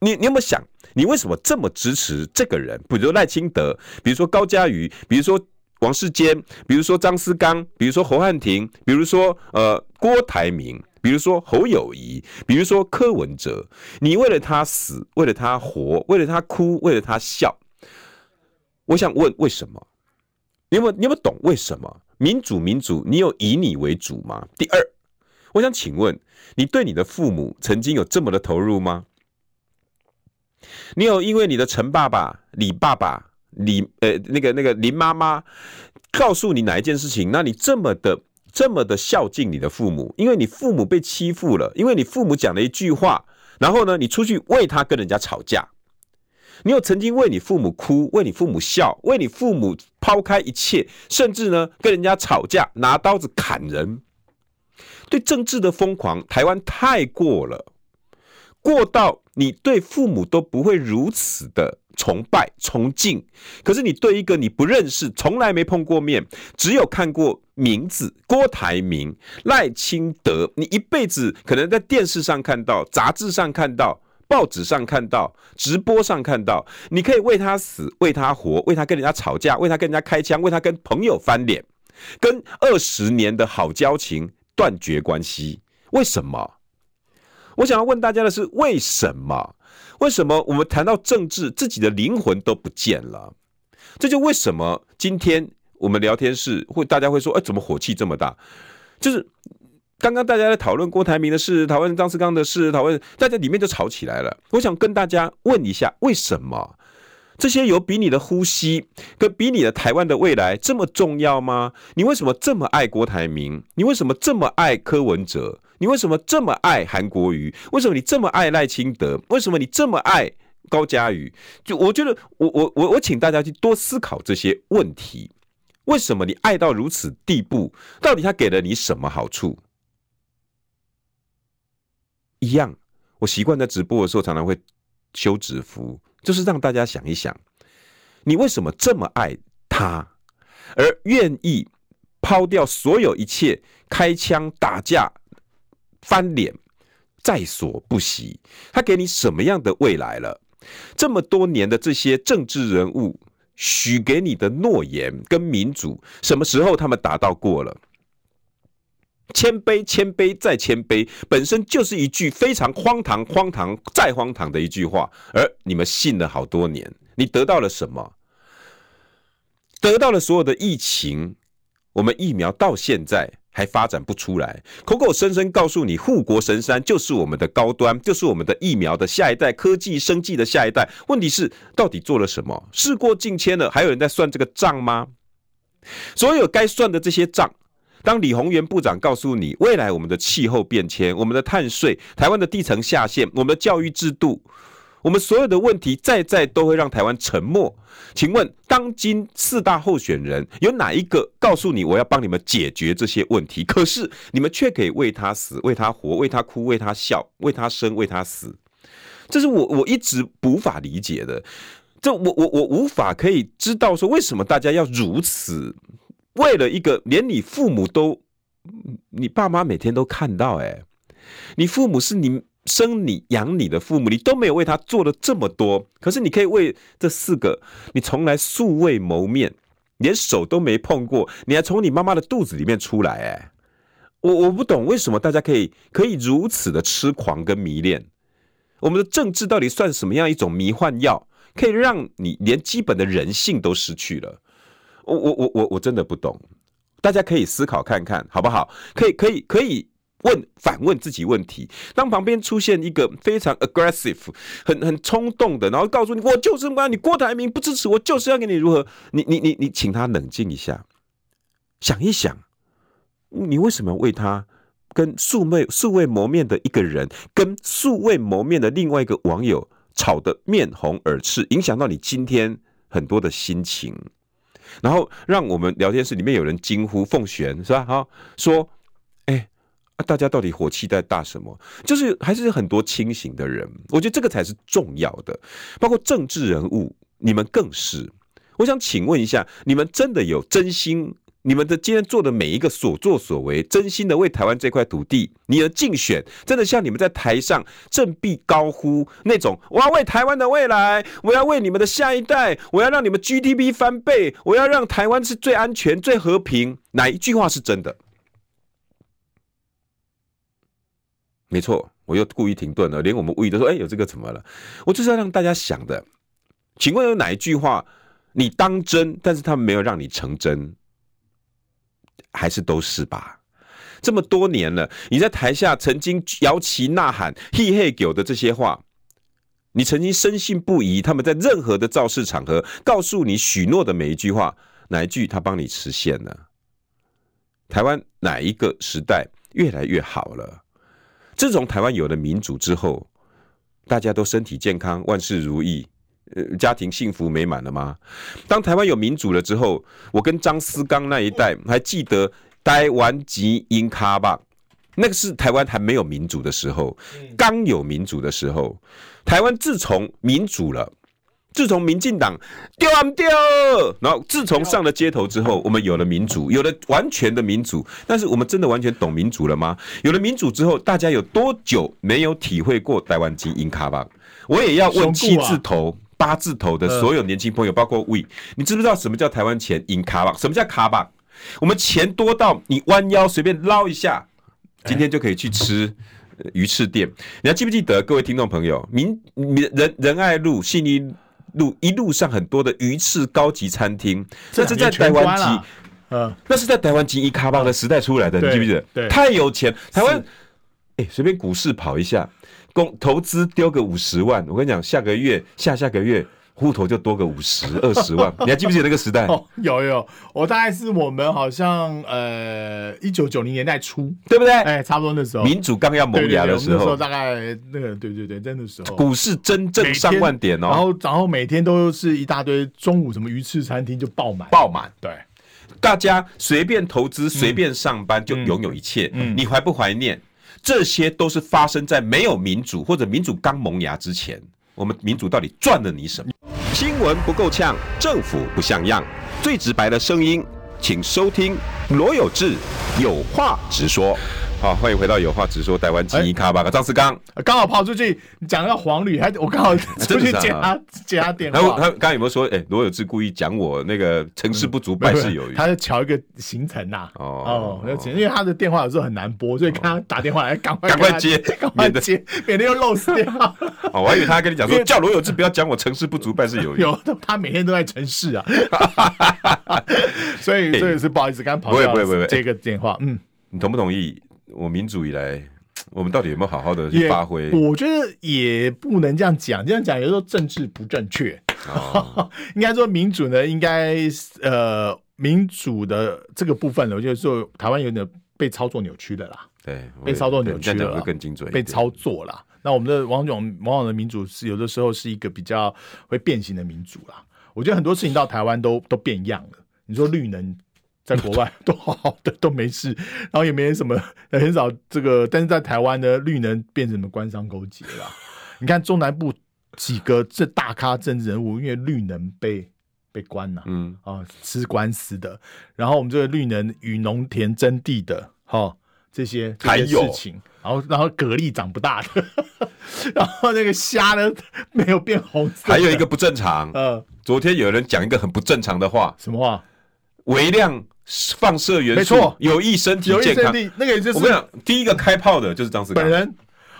A: 你你有没有想，你为什么这么支持这个人？比如说赖清德，比如说高嘉瑜，比如说王世坚，比如说张思刚，比如说侯汉廷，比如说呃郭台铭，比如说侯友谊，比如说柯文哲。你为了他死，为了他活，为了他哭，为了他笑。我想问，为什么？你有没有你有没有懂为什么民主民主？你有以你为主吗？第二，我想请问，你对你的父母曾经有这么的投入吗？你有因为你的陈爸爸、李爸爸、李呃那个那个林妈妈告诉你哪一件事情，那你这么的这么的孝敬你的父母，因为你父母被欺负了，因为你父母讲了一句话，然后呢，你出去为他跟人家吵架，你有曾经为你父母哭、为你父母笑、为你父母抛开一切，甚至呢跟人家吵架、拿刀子砍人？对政治的疯狂，台湾太过了，过到你对父母都不会如此的崇拜、崇敬，可是你对一个你不认识、从来没碰过面、只有看过名字郭台铭、赖清德，你一辈子可能在电视上看到、杂志上看到、报纸上看到、直播上看到，你可以为他死、为他活、为他跟人家吵架、为他跟人家开枪、为他跟朋友翻脸，跟二十年的好交情断绝关系，为什么？我想要问大家的是，为什么？为什么我们谈到政治，自己的灵魂都不见了？这就为什么今天我们聊天室会大家会说，哎、怎么火气这么大？就是刚刚大家在讨论郭台铭的事，讨论张志刚的事，讨论大家里面就吵起来了。我想跟大家问一下，为什么这些有比你的呼吸跟比你的台湾的未来这么重要吗？你为什么这么爱郭台铭？你为什么这么爱柯文哲？你为什么这么爱韩国瑜？为什么你这么爱赖清德？为什么你这么爱高嘉瑜？就我觉得我，我我我请大家去多思考这些问题。为什么你爱到如此地步？到底他给了你什么好处？一样，我习惯在直播的时候常常会修指符，就是让大家想一想，你为什么这么爱他，而愿意抛掉所有一切，开枪打架、翻脸，在所不惜。他给你什么样的未来了？这么多年的这些政治人物许给你的诺言跟民主，什么时候他们达到过了？谦卑，谦卑再谦卑，本身就是一句非常荒唐、荒唐再荒唐的一句话，而你们信了好多年，你得到了什么？得到了所有的疫情，我们疫苗到现在还发展不出来，口口声声告诉你护国神山就是我们的高端，就是我们的疫苗的下一代，科技生技的下一代。问题是到底做了什么？事过境迁了，还有人在算这个账吗？所有该算的这些账。当李鸿源部长告诉你，未来我们的气候变迁、我们的碳税、台湾的地层下陷、我们的教育制度，我们所有的问题，在在都会让台湾沉默。请问，当今四大候选人有哪一个告诉你我要帮你们解决这些问题？可是你们却可以为他死、为他活、为他哭、为他笑、为他生、为他死，这是我我一直无法理解的。这我我我无法可以知道说为什么大家要如此为了一个连你父母都，你爸妈每天都看到、哎，你父母是你生你养你的父母，你都没有为他做了这么多，可是你可以为这四个你从来素未谋面，连手都没碰过，你还从你妈妈的肚子里面出来、哎，我我不懂为什么大家可以可以如此的痴狂跟迷恋，我们的政治到底算什么样一种迷幻药，可以让你连基本的人性都失去了？我我我我我真的不懂，大家可以思考看看，好不好？可以可以可以问反问自己问题。当旁边出现一个非常 aggressive、很很冲动的，然后告诉你我就是不你郭台铭不支持我，就是要给你如何？你你你你，请他冷静一下，想一想，你为什么为他？跟素未素未谋面的一个人，跟素未谋面的另外一个网友吵得面红耳赤，影响到你今天很多的心情。然后让我们聊天室里面有人惊呼凤璇是吧？好说，哎、啊大家到底火气在大什么？就是还是很多清醒的人，我觉得这个才是重要的。包括政治人物，你们更是。我想请问一下，你们真的有真心？你们的今天做的每一个所作所为，真心的为台湾这块土地，你的竞选真的像你们在台上振臂高呼那种，我要为台湾的未来，我要为你们的下一代，我要让你们 GDP 翻倍，我要让台湾是最安全、最和平，哪一句话是真的？没错，我又故意停顿了，连我们吴宇都说：“哎、有这个怎么了？”我就是要让大家想的。请问有哪一句话你当真，但是他们没有让你成真？还是都是吧。这么多年了，你在台下曾经摇旗呐喊、嘿嘿狗的这些话，你曾经深信不疑。他们在任何的造势场合告诉你许诺的每一句话，哪一句他帮你实现了？台湾哪一个时代越来越好了？自从台湾有了民主之后，大家都身体健康、万事如意，呃，家庭幸福美满了吗？当台湾有民主了之后，我跟张思刚那一代还记得台湾及英卡吧，那个是台湾还没有民主的时候，
B: 嗯
A: 刚有民主的时候，台湾自从民主了。自从民进党丢啊丢，然后自从上了街头之
B: 嗯
A: 后，我们有了民主，有了完全的民主。但是我们真的完全懂民主了吗？有了民主之后，大家有多久没有体会过台湾基因卡吧？我也要问
B: 熊
A: 七
B: 顾啊嗯
A: 字头、八字头的所有年轻朋友，包括 We，你知不知道什么叫台湾钱银卡吧？什么叫卡吧？我们钱多到你弯腰随便捞一下，今天就可以去吃呃鱼翅店。你还记不记得各位听众朋友，民民仁仁爱路信义路一路上很多的鱼翅高级餐厅，
B: 这
A: 那是在台湾
B: 集
A: 集，，
B: 嗯，
A: 那是在台湾集一卡邦的时代出来的，
B: 对
A: 你记不记得？
B: 对
A: 太有钱，台湾
B: 是，
A: 哎，随便股市跑一下，公投资丢个五十万，我跟你讲，下个月、下下个月户头就多个五十、二十万，你还记不记得那个时代？
B: [LAUGHS] 哦，有有，我大概是我们好像呃一九九零年代初，
A: 对不对？
B: 哎，差不多那时候，
A: 民主刚要
B: 对
A: 萌
B: 对
A: 芽
B: 对，
A: 的
B: 我们
A: 时
B: 那时候
A: 候，
B: 大概那个对对对，在那时候。
A: 股市真正
B: 每
A: 上
B: 天
A: 万点
B: 然
A: 哦，
B: 后然后每天都是一大堆，中午什么鱼翅餐厅就爆满，
A: 爆满。
B: 对，
A: 大家随便投资、随便上班就拥有一切，
B: 嗯
A: 你怀不怀念？这些都是发生在没有民主或者民主刚萌芽之前。我们民主到底赚了你什么？新闻不够呛，政府不像样，最直白的声音，请收听罗有志有话直说。好，欢迎回到有话直说台湾
B: 哎
A: 精英咖吧，张志刚。
B: 呃刚好跑出去讲到黄旅，还我刚好
A: [LAUGHS]
B: 出去接他接他电
A: 然后
B: 话，
A: 他刚刚有没有说，哎、罗有志故意讲我那个成事不足，败事有余？
B: 他在瞧一个行程呐。
A: 哦
B: 哦，要请因为他的电话有时候很难拨，所以跟他打电话来赶快
A: 赶快
B: 跟他
A: 接
B: 赶快
A: 免得
B: 接，免得又漏死
A: [LAUGHS]
B: 掉。
A: 哦，我还以为他跟你讲
B: 因
A: 说，
B: 为
A: 叫罗有志不要讲我成事不足，败事有余。
B: 有，他每天都在城市
A: [LAUGHS]
B: 啊，所以所以是不好意思，刚跑
A: 不会
B: 掉
A: 不会不会
B: 接个电话，嗯，
A: 你同不同意？我民主以来，我们到底有没有好好的
B: 也
A: 去发挥？
B: 我觉得也不能这样讲，这样讲有时候政治不正确。
A: 哦
B: [LAUGHS] 应该说民主呢，应该呃民主的这个部分呢，我觉得说台湾有点被操作扭曲的啦，
A: 对，我
B: 被操作扭
A: 对这样
B: 曲了
A: 讲
B: 啦
A: 会，更精准一
B: 被
A: 点。
B: 操作啦。那我们的王总往往的民主是有的时候是一个比较会变形的民主啦。我觉得很多事情到台湾都都变样了。你说绿能在国外 [LAUGHS] 都好好的都没事，然后也没什么很少这个，但是在台湾呢，绿能变成什么官商勾结啦。你看中南部几个这大咖政治人物，因为绿能被被关了、
A: 嗯，
B: 啊，吃官司的。然后我们这个绿能与农田争地的，哈、这些这
A: 还
B: 些
A: 有
B: 事情。然后，然后蛤蜊长不大的， [LAUGHS] 然后那个虾呢没有变红色的。
A: 还有一个不正常。
B: 呃，
A: 昨天有人讲一个很不正常的话，
B: 什么话？
A: 微量放射元
B: 没
A: 素
B: 错
A: 有益身体
B: 有益
A: 健
B: 生
A: 康。
B: 地，那个也就
A: 我跟你
B: 是
A: 讲，第一个开炮的就是张志刚
B: 本。人。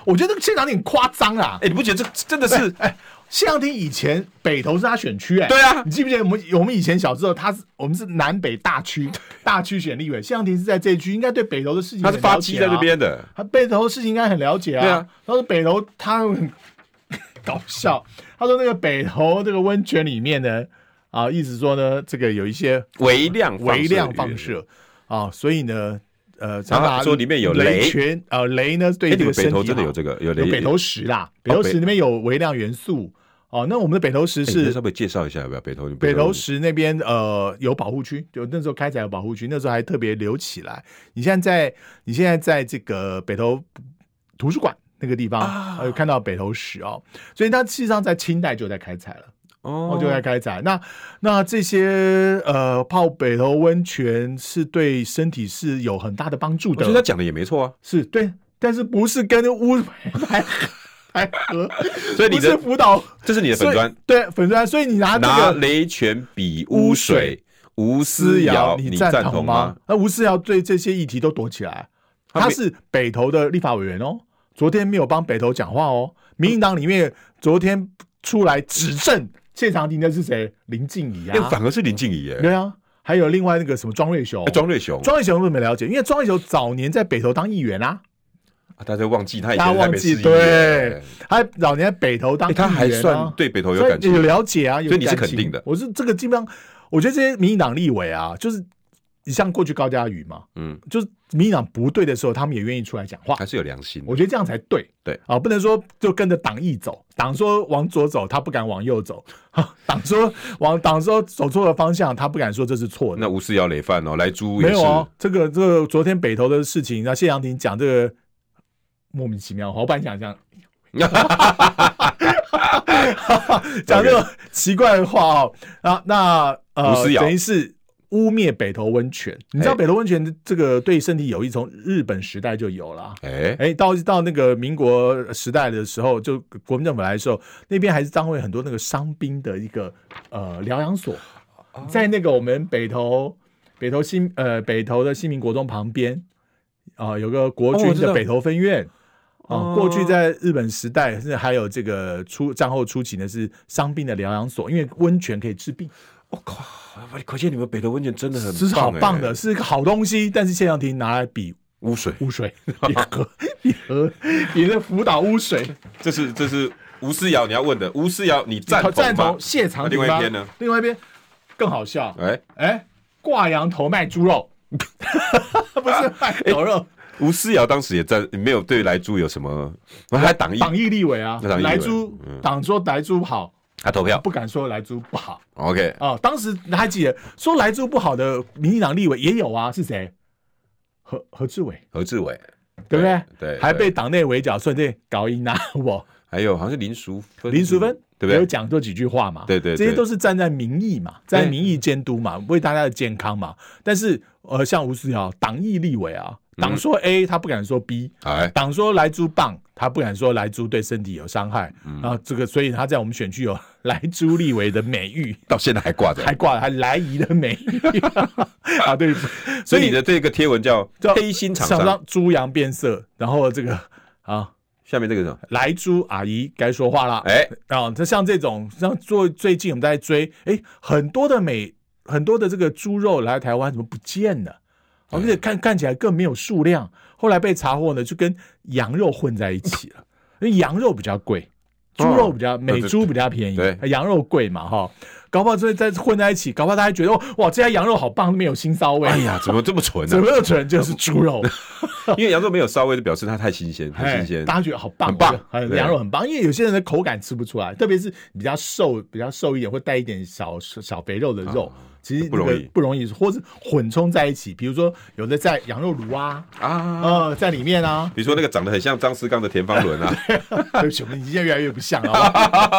B: 我觉得那个现场有点夸张啦。
A: 哎，你不觉得这这真的是
B: 哎，谢长廷以前北投是他选区哎、
A: 对啊
B: 你记不记得我们我们以前小时候他是我们是南北大区大区选立委，谢长廷是在这一区，应该对北投的事情
A: 他是
B: 很了
A: 发
B: 解
A: 迹
B: 啊
A: 在这，边的？
B: 他北投的事情应该很了解啊。
A: 对啊，
B: 他说北投他很搞笑， [LAUGHS] 他说那个北投这个温泉里面呢，啊，意思说呢这个有一些
A: 微量放射
B: 微量放
A: 元素。
B: 射啊，所以呢。呃，
A: 然后
B: 常常
A: 说里面有雷
B: 雷拳，呃，雷呢对
A: 哎，你
B: 这个
A: 们
B: 身
A: 北
B: 体
A: 投真的
B: 好
A: 有这个有
B: 有
A: 雷哦
B: 北投石啦，北投石那边有微量元素哦。那我们的北投石
A: 哎你可以
B: 是
A: 稍微介绍一下要不要北投？
B: 北投石那边呃有保护区，就那时候开采有保护区，那时候还特别留起来。你现在在你现在在这个北投图书馆那个地方
A: 啊
B: 呃有看到北投石哦，所以它事实上在清代就在开采了。
A: 哦
B: 哦，就在开采。那那这些呃泡北投温泉是对身体是有很大的帮助
A: 我
B: 的。
A: 觉得他讲的也没错啊。
B: 是对，但是不是跟乌来 [LAUGHS] 来合？
A: 所以你
B: 不是
A: 的
B: 辅导
A: 这是你的粉砖，
B: 对粉砖，所以你啊拿这
A: 拿
B: 个
A: 雷拳比污水，吴思
B: 思
A: 瑶，
B: 瑶，
A: 你
B: 赞
A: 赞同
B: 吗
A: 吗？？
B: 那吴思瑶对这些议题都躲起来，
A: 他
B: 他
A: 没
B: 是北投的立法委员哦，昨天没有帮北投讲话哦，民进党里面昨天出来指证谢长廷的是谁？林静怡
A: 哎，
B: 啊，
A: 反而是林静怡耶，
B: 对啊，还有另外那个什么庄瑞雄
A: 哎，庄瑞雄，
B: 庄瑞雄我们没了解，因为庄瑞雄早年在北投当议员啊，
A: 啊大家忘记他以
B: 大
A: 前在
B: 家
A: 台
B: 忘
A: 北市议员
B: 记对，他早年在北投当
A: 哎
B: 议员
A: 他
B: 啊，
A: 还算对北投有
B: 所以
A: 感情
B: 有。了解啊，有
A: 所以你是
B: 感
A: 肯
B: 情
A: 定的
B: 我是这个基本上，我觉得这些民进党立委啊，就是你像过去高嘉瑜嘛，
A: 嗯，
B: 就是民进党不对的时候，他们也愿意出来讲话
A: 还。是有良心的。
B: 我觉得这样才对，
A: 哎对
B: 啊，不能说就跟着党意走，党说往左走，他不敢往右走； [LAUGHS] 党说往党说走错了方向，他不敢说这是错的。
A: 那吴思瑶累犯哦，来猪也
B: 没
A: 是
B: 有哦，这个这个昨天北投的事情，那谢阳廷讲这个莫名其妙，我本来
A: [LAUGHS]
B: 想讲讲这个奇怪的话哦，啊，那呃
A: 吴思，瑶
B: 等于是污蔑北投温泉。你知
A: 哎
B: 道北投温泉这个对身体有益，从日本时代就有了。
A: 哎，
B: 哎，到到那个民国时代的时候，就国民政府来的时候，那边还是单位很多那个伤兵的一个呃疗养所，
A: 哦
B: 在那个我们北投北投新呃北投的新民国中旁边啊、有个国
A: 哦我
B: 军
A: 知道哦
B: 的北投分院。啊，过去在日本时代，甚至还有这个初战后初期呢，是伤病的疗养所，因为温泉可以治病，
A: 我、靠！可见你们北投温泉真的很
B: 是好
A: 欸
B: 棒的，是个好东西。但是谢长廷拿来比
A: 污水，[LAUGHS]
B: 污水，比河，比河，比那福岛污水，
A: 这是这是吴思瑶你要问的，吴思瑶你赞
B: 赞
A: 同吗
B: 同？谢长廷
A: 那另外一
B: 吗
A: 边呢？
B: 另外一边更好笑，
A: 哎，
B: 哎，挂羊头卖猪肉，
A: [LAUGHS]
B: 不是卖狗肉，
A: 吴思瑶当时也在，没有对莱猪有什么，他党意，
B: 党意立委啊，
A: 党意立委嗯
B: 来猪党说来猪好，
A: 他投票
B: 不敢说来猪不好。
A: ，OK，
B: 啊、当时还记得说莱猪不好的民进党立委也有啊，是谁？何何志伟，
A: 何志伟，
B: 对不对？
A: 对对
B: 还被党内围剿，顺便搞赢啊！我
A: 还有好像是林淑芬，
B: 林淑芬
A: 对
B: 也有
A: 不对？
B: 讲多几句话嘛？
A: 对对对
B: 这些都是站在民意嘛，站在民意监督嘛，为大家的健康嘛。但是呃，像吴思瑶，党意立委啊，
A: 嗯
B: 党说 A，他不敢说 B。
A: 哎，
B: 党说莱猪棒，他不敢说莱猪对身体有伤害，
A: 嗯
B: 然后这个，所以他在我们选区有 [LAUGHS] 莱猪立委的美誉。
A: 到现在还挂着，
B: 还挂了还来仪的美 [LAUGHS] 啊，对，
A: 所
B: 所
A: 以你
B: 以
A: 的这个贴文叫
B: 叫
A: 黑心厂
B: 厂商猪羊变色，然后这个啊
A: 下面这个是什么？
B: 来猪阿姨该说话了，
A: 哎，
B: 啊，这像这种像做最近我们在追，哎，很多的美很多的这个猪肉来台湾怎么不见了？哦而且看看起来更没有数量，后来被查获呢，就跟羊肉混在一起了，因为羊肉比较贵。猪肉比较美
A: 对
B: 猪比较便宜，
A: 哦
B: 哎
A: 对
B: 羊肉贵嘛哈，搞不好这在混在一起，搞不好大家觉得哦哇，这家羊肉好棒，没有腥骚味。
A: 哎呀，怎么这么蠢
B: 怎
A: 呢？
B: 么啊有人就是猪肉，
A: 因为羊肉没有骚味，就表示它太新鲜，很
B: 哎
A: 新鲜
B: 大。家觉得好棒，
A: 很棒
B: 我觉得哎
A: 对
B: 羊肉很棒，因为有些人的口感吃不出来，特别是比较瘦、比较瘦一点，会带一点小小肥肉的肉，其实
A: 啊不容易
B: 那个不容易，或是混充在一起，比如说有的在羊肉炉啊，
A: 啊。
B: 呃，在里面啊， [LAUGHS]
A: 比如说那个长得很像张思刚的田方伦啊，
B: 对不起，我们已经越来越不像了好不好。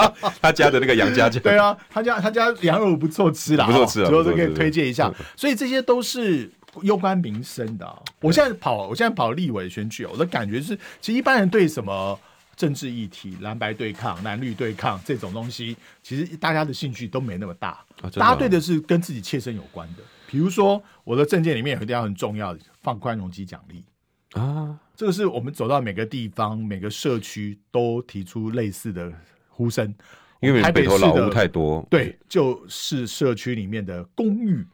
A: 他家的那个杨家酱，
B: 对啊，他家他家羊肉不错吃啦，
A: 不错吃啊
B: 哦之后
A: 不错
B: 都可
A: 吃
B: 以推荐一下。所以这些都是攸关民生的啊、我现在跑，我现在跑立委选举，哦我的感觉是，其实一般人对什么政治议题、蓝白对抗、蓝绿对抗这种东西，其实大家的兴趣都没那么大。
A: 真的啊
B: 大家对的是跟自己切身有关的，比如说我的证件里面有一条很重要的，放宽容积奖励。
A: 啊，
B: 这个是我们走到每个地方、每个社区都提出类似的呼声。
A: 因为
B: 台
A: 北
B: 北
A: 头
B: 市
A: 老屋
B: 的
A: 太多，
B: 对，就是社区里面的公寓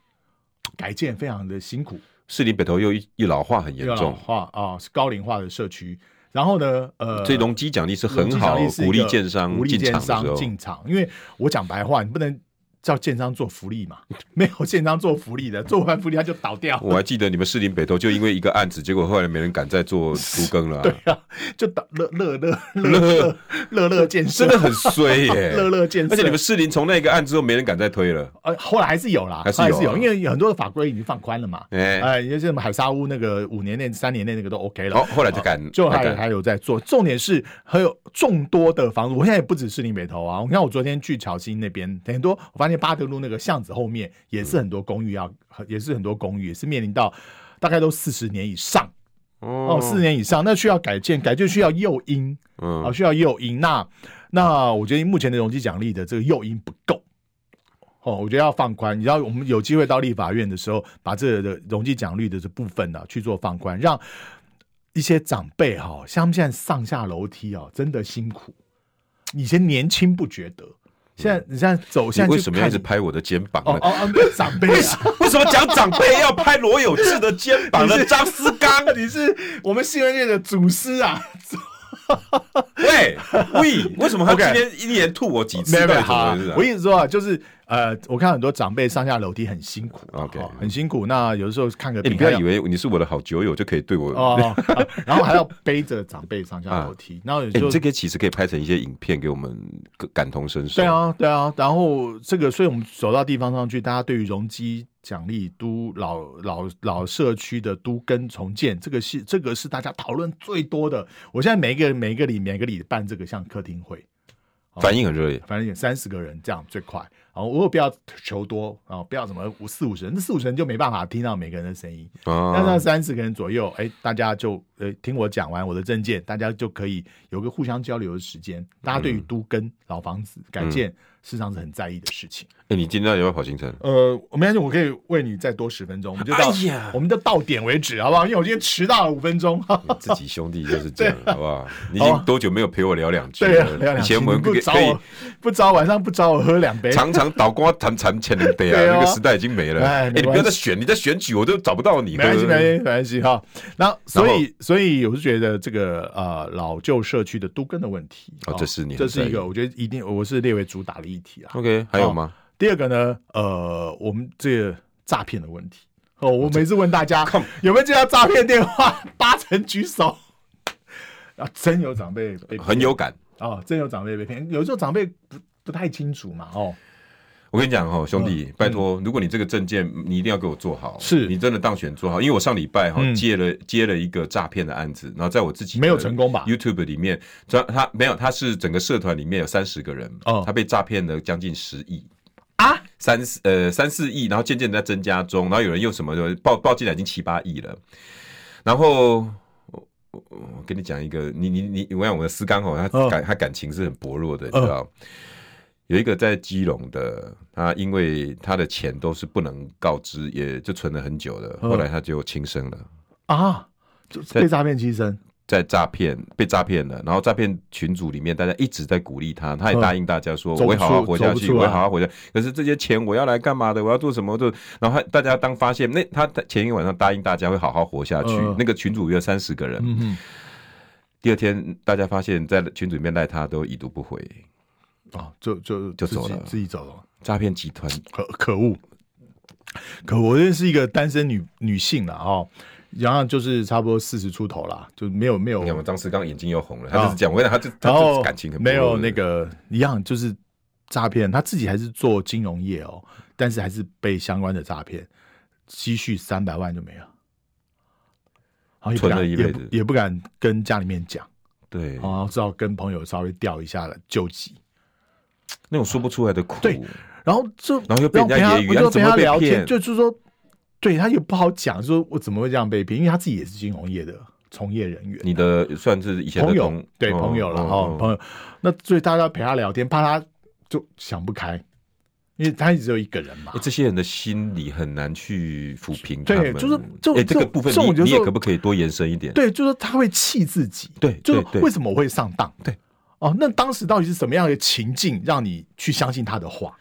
B: 改建非常的辛苦，
A: 士林北头又一一老化很严
B: 又老
A: 重，
B: 化啊，是高龄化的社区。然后呢，呃，
A: 所以容积奖励是很
B: 容积
A: 好
B: 奖励是一
A: 鼓励
B: 个
A: 建商
B: 鼓励
A: 进
B: 建
A: 场的时
B: 商
A: 候，
B: 进场，因为我讲白话，你不能。叫建商做福利嘛？没有建商做福利的，做完福利他就倒掉，
A: 我还记得你们士林北头就因为一个案子，结果后来没人敢再
B: [LAUGHS]
A: 做独耕了、啊，
B: 就倒乐乐乐乐乐乐乐建设
A: 真，的很衰耶、
B: [LAUGHS] 乐乐建设。
A: 而且你们士林从那个案之后，没人敢再推了。
B: 呃，后来还是有啦，
A: 还是
B: 后来
A: 有啊
B: 因为有很多的法规已经放宽了嘛。
A: 哎、
B: 哎，也就是海沙屋那个五年内、三年内那个都 OK 了
A: 好、。哦后来才敢，
B: 哦就
A: 才
B: 还
A: 敢。
B: 还有在做，重点是还有众多的房子，我现在也不只是林北头啊，你看我昨天去巧新那边，很多我发现巴德路那个巷子后面也是很多公寓要，也是很多公寓也是面临到大概都四十年以上哦，四十年以上，那需要改建，改建需要诱因
A: 嗯
B: 啊，需要诱因，那那我觉得目前的容积奖励的这个诱因不够。哦，我觉得要放宽，你知道，我们有机会到立法院的时候，把这个容积奖励的这部分呢、去做放宽，让一些长辈哈、像他们现在上下楼梯哦，真的辛苦。以前年轻不觉得，现在你现在
A: 嗯
B: 走，
A: 你
B: 现在
A: 为
B: 去
A: 什么要一
B: 看
A: 直
B: 你
A: 拍我的肩膀呢？
B: 哦哦哦，不是长辈
A: [LAUGHS]
B: 啊，
A: 为什么讲长辈要拍罗有志的肩膀
B: [LAUGHS]
A: 呢？张思刚，
B: 你是我们新闻界的祖师啊，
A: 喂喂，为什么他
B: OK
A: 今天一连吐我几次？
B: 没有没有，好
A: 到
B: 啊
A: 底怎么
B: 我
A: 回事
B: 一直说啊，就是呃，我看很多长辈上下楼梯很辛苦啊
A: OK
B: 哦很辛苦。那有的时候看个
A: 哎
B: 病，
A: 你不要
B: 还
A: 以为你是我的好酒友就可以对我。
B: 哦，
A: [LAUGHS]
B: 啊然后还要背着长辈上下楼梯，然后也
A: 哎
B: 就
A: 你这个其实可以拍成一些影片给我们感感同身受。
B: 对，啊，对啊，然后这个，所以我们走到地方上去，大家对于容积奖励、都老老老社区的都跟重建，这个是这个是大家讨论最多的。我现在每一个每一个里每个礼办这个像客厅会，
A: 反应很热烈，
B: 反正也三十个人这样最快。然后如果不要求多，然后不要什么五四五十人，那四五十人就没办法听到每个人的声音。哦那
A: 啊
B: 那，三十个人左右，哎，大家就呃听我讲完我的证件，大家就可以有个互相交流的时间。大家对于都跟老房子
A: 嗯
B: 改建，事实上是很在意的事情。
A: 哎，你今天到底要不要跑行程？
B: 呃，我没关系，我可以为你再多十分钟，我们就到，
A: 哎呀
B: 我们就到点为止，好不好？因为我今天迟到了五分钟。
A: 你自己兄弟就是这样，好不好？你已经多久没有陪我聊两句
B: 啊对啊，聊
A: 了？
B: 两
A: 以
B: 期
A: 前
B: 你
A: 我们可
B: 不
A: 以
B: 找
A: 可以
B: 我，不找晚上不找我喝两杯，
A: 常常倒瓜谈谈钱能得
B: [LAUGHS] 对
A: 啊，
B: 啊
A: 那个时代已经没了。
B: 哎
A: 哎，
B: 没
A: 你不要
B: 关
A: 再
B: 系
A: 选，你在选举我都找不到你。
B: 没关系，
A: 对
B: 没
A: 不对
B: 关系，没关系哈。然后，所以，所以我是觉得这个呃老旧社区的都跟的问题，
A: 哦这是你很
B: 这是
A: 在
B: 一
A: 意
B: 个我觉得一定我是列为主打的议题啊。
A: OK，还有吗？
B: 第二个呢，呃，我们这个诈骗的问题哦，我每次问
A: [LAUGHS]
B: 大家有没有接到诈骗电话， [LAUGHS] 八成举手。啊，真有长辈被
A: 很有感。
B: 哦，真有长辈被骗，有时候长辈不不太清楚嘛，哦，
A: 我跟你
B: 嗯
A: 讲哦，兄弟，拜托，如果你这个证件，你一定要给我做好，
B: 是
A: 你真的当选做好。因为我上礼拜哈
B: 嗯
A: 接了接了一个诈骗的案子，然后在我自己的
B: 没有成功吧
A: YouTube 里面，他他没有，他是整个社团里面有三十个人
B: 哦，
A: 他被诈骗了将近十亿。
B: 啊，
A: 三四呃三四亿，然后渐渐地在增加中，然后有人又什么的报报进来已经七八亿了，然后我我我跟你讲一个，你你你，我想我的思刚哦，他
B: 嗯
A: 感、他感情是很薄弱的，你
B: 嗯
A: 知道。有一个在基隆的，他因为他的钱都是不能告知，也就存了很久的，
B: 嗯
A: 后来他就轻生了，
B: 啊，就被诈骗欺身，
A: 在诈骗被诈骗了，然后诈骗群组里面大家一直在鼓励他，他也答应大家说、
B: 嗯走不
A: 我会好好
B: 出
A: 活下
B: 走不
A: 去，
B: 出啊来
A: 我会好好活下去。可是这些钱我要来干嘛的？我要做什么？就然后他大家当发现那他他前一个晚上答应大家会好好活下去，
B: 嗯
A: 那个群组有三十个人，
B: 嗯
A: 第二天大家发现在群组里面赖他都已读不回，
B: 哼，哦，就就
A: 就
B: 自
A: 走
B: 己
A: 了
B: 自己走了，
A: 诈骗集团
B: 可可恶，可我认识一个单身女女性了哦，然后就是差不多四十出头啦，就没有没有
A: 你看嘛，张世刚眼睛又红了，他就是这样。我跟你讲，他就他
B: 哦然后
A: 就感情很薄
B: 没
A: 弱
B: 有
A: 的
B: 那个一样，就是诈骗，他自己还是做金融业哦，但是还是被相关的诈骗，积蓄三百万就没了，然后也不
A: 存了
B: 敢
A: 一
B: 也
A: 辈
B: 不
A: 子
B: 也不敢跟家里面讲，
A: 对
B: 然后只好跟朋友稍微调一下了救急，
A: 那种说不出来的苦，
B: 对然后就
A: 然后又被人家揶揄
B: 我
A: 啊
B: 就
A: 你怎
B: 陪
A: 么
B: 他
A: 会被
B: 聊天，
A: 骗
B: 就是说，对他也不好讲，说我怎么会这样被骗，因为他自己也是金融业的从业人员，
A: 你的算是以前的
B: 朋友
A: 同
B: 对
A: 哦
B: 朋友了
A: 哦
B: 哈，朋友。那所以大家陪他聊天，怕他就想不开，因为他一直只有一个人嘛
A: 诶。这些人的心理很难去抚平他
B: 对
A: 们。
B: 就是这种
A: 诶
B: 这
A: 这
B: 种
A: 个部分
B: 这种
A: 你，
B: 有
A: 你
B: 时
A: 也
B: 候
A: 可不可以多延伸一点？
B: 对，就是他会气自己，
A: 对
B: 就是
A: 对对
B: 为什么我会上当？
A: 对，
B: 哦，那当时到底是什么样的情境让你去相信他的话？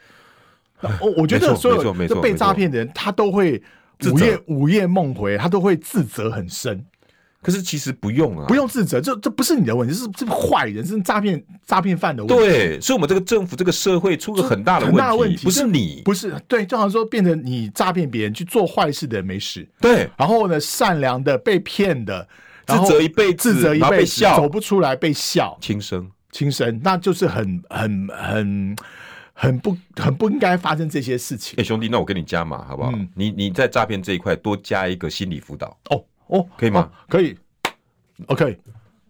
B: 那我我觉
A: 没错
B: 得所
A: 没错
B: 有
A: 没错
B: 就被
A: 没错
B: 诈骗的人，他都会
A: 自
B: 午
A: 责
B: 夜午夜梦回，他都会自责很深。
A: 可是其实不用啊，
B: 不用自责，这这不是你的问题，是这坏人，是诈骗诈骗犯的问题。
A: 对，是我们这个政府、这个社会出个很大的
B: 很大的
A: 问
B: 问
A: 题，
B: 题
A: 不是你。
B: 不是对，就好像说变成你诈骗别人去做坏事的人没事，
A: 对，
B: 然后呢，善良的被骗的，然后
A: 自责一辈子
B: 自责一
A: 然后
B: 辈
A: 被
B: 子，
A: 笑
B: 走不出来被笑，
A: 轻生。
B: 轻生，那就是很很很很不很不应该发生这些事情
A: 哎，。兄弟，那我跟你加码好不好
B: 嗯？
A: 你你在诈骗这一块多加一个心理辅导，
B: 哦哦，
A: 可以吗
B: 哦？可以，OK，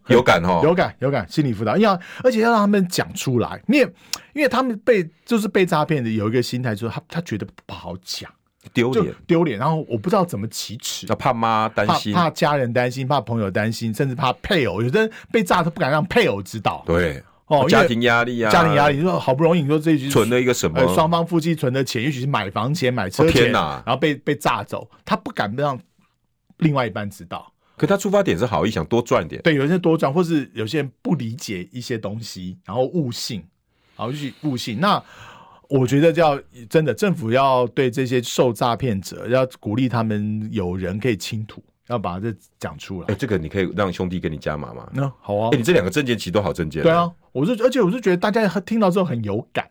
A: 有感哦。
B: 有感有感，心理辅导要，而且要让他们讲出来，因为因为他们被就是被诈骗的有一个心态，就是他他觉得不好讲，
A: 丢
B: 就
A: 脸，
B: 丢脸，然后我不知道怎么启齿。
A: 那怕妈担
B: 怕
A: 心，
B: 怕家人担心，怕朋友担心，甚至怕配偶。有的人被炸，他不敢让配偶知道。
A: 对，
B: 哦因为
A: 家庭压力啊，
B: 家庭压力，你说好不容易，你说这一局
A: 存了一个什么
B: 呃，双方夫妻存的钱，也许是买房钱、买车
A: 哦天
B: 钱，
A: 哪
B: 然后被被炸走，他不敢让另外一半知道。
A: 可他出发点是好意，想多赚点。
B: 对，有些多转，或是有些人不理解一些东西，然后误信，然后去误信。那我觉得要真的政府要对这些受诈骗者，要鼓励他们有人可以倾吐，要把这讲出
A: 哎、
B: 来。
A: 这个你可以让兄弟给你加码吗？
B: 那、好啊
A: 哎、，你这两个证件其实都好证件。
B: 对，啊，我是而且我是觉得大家听到之后很有感，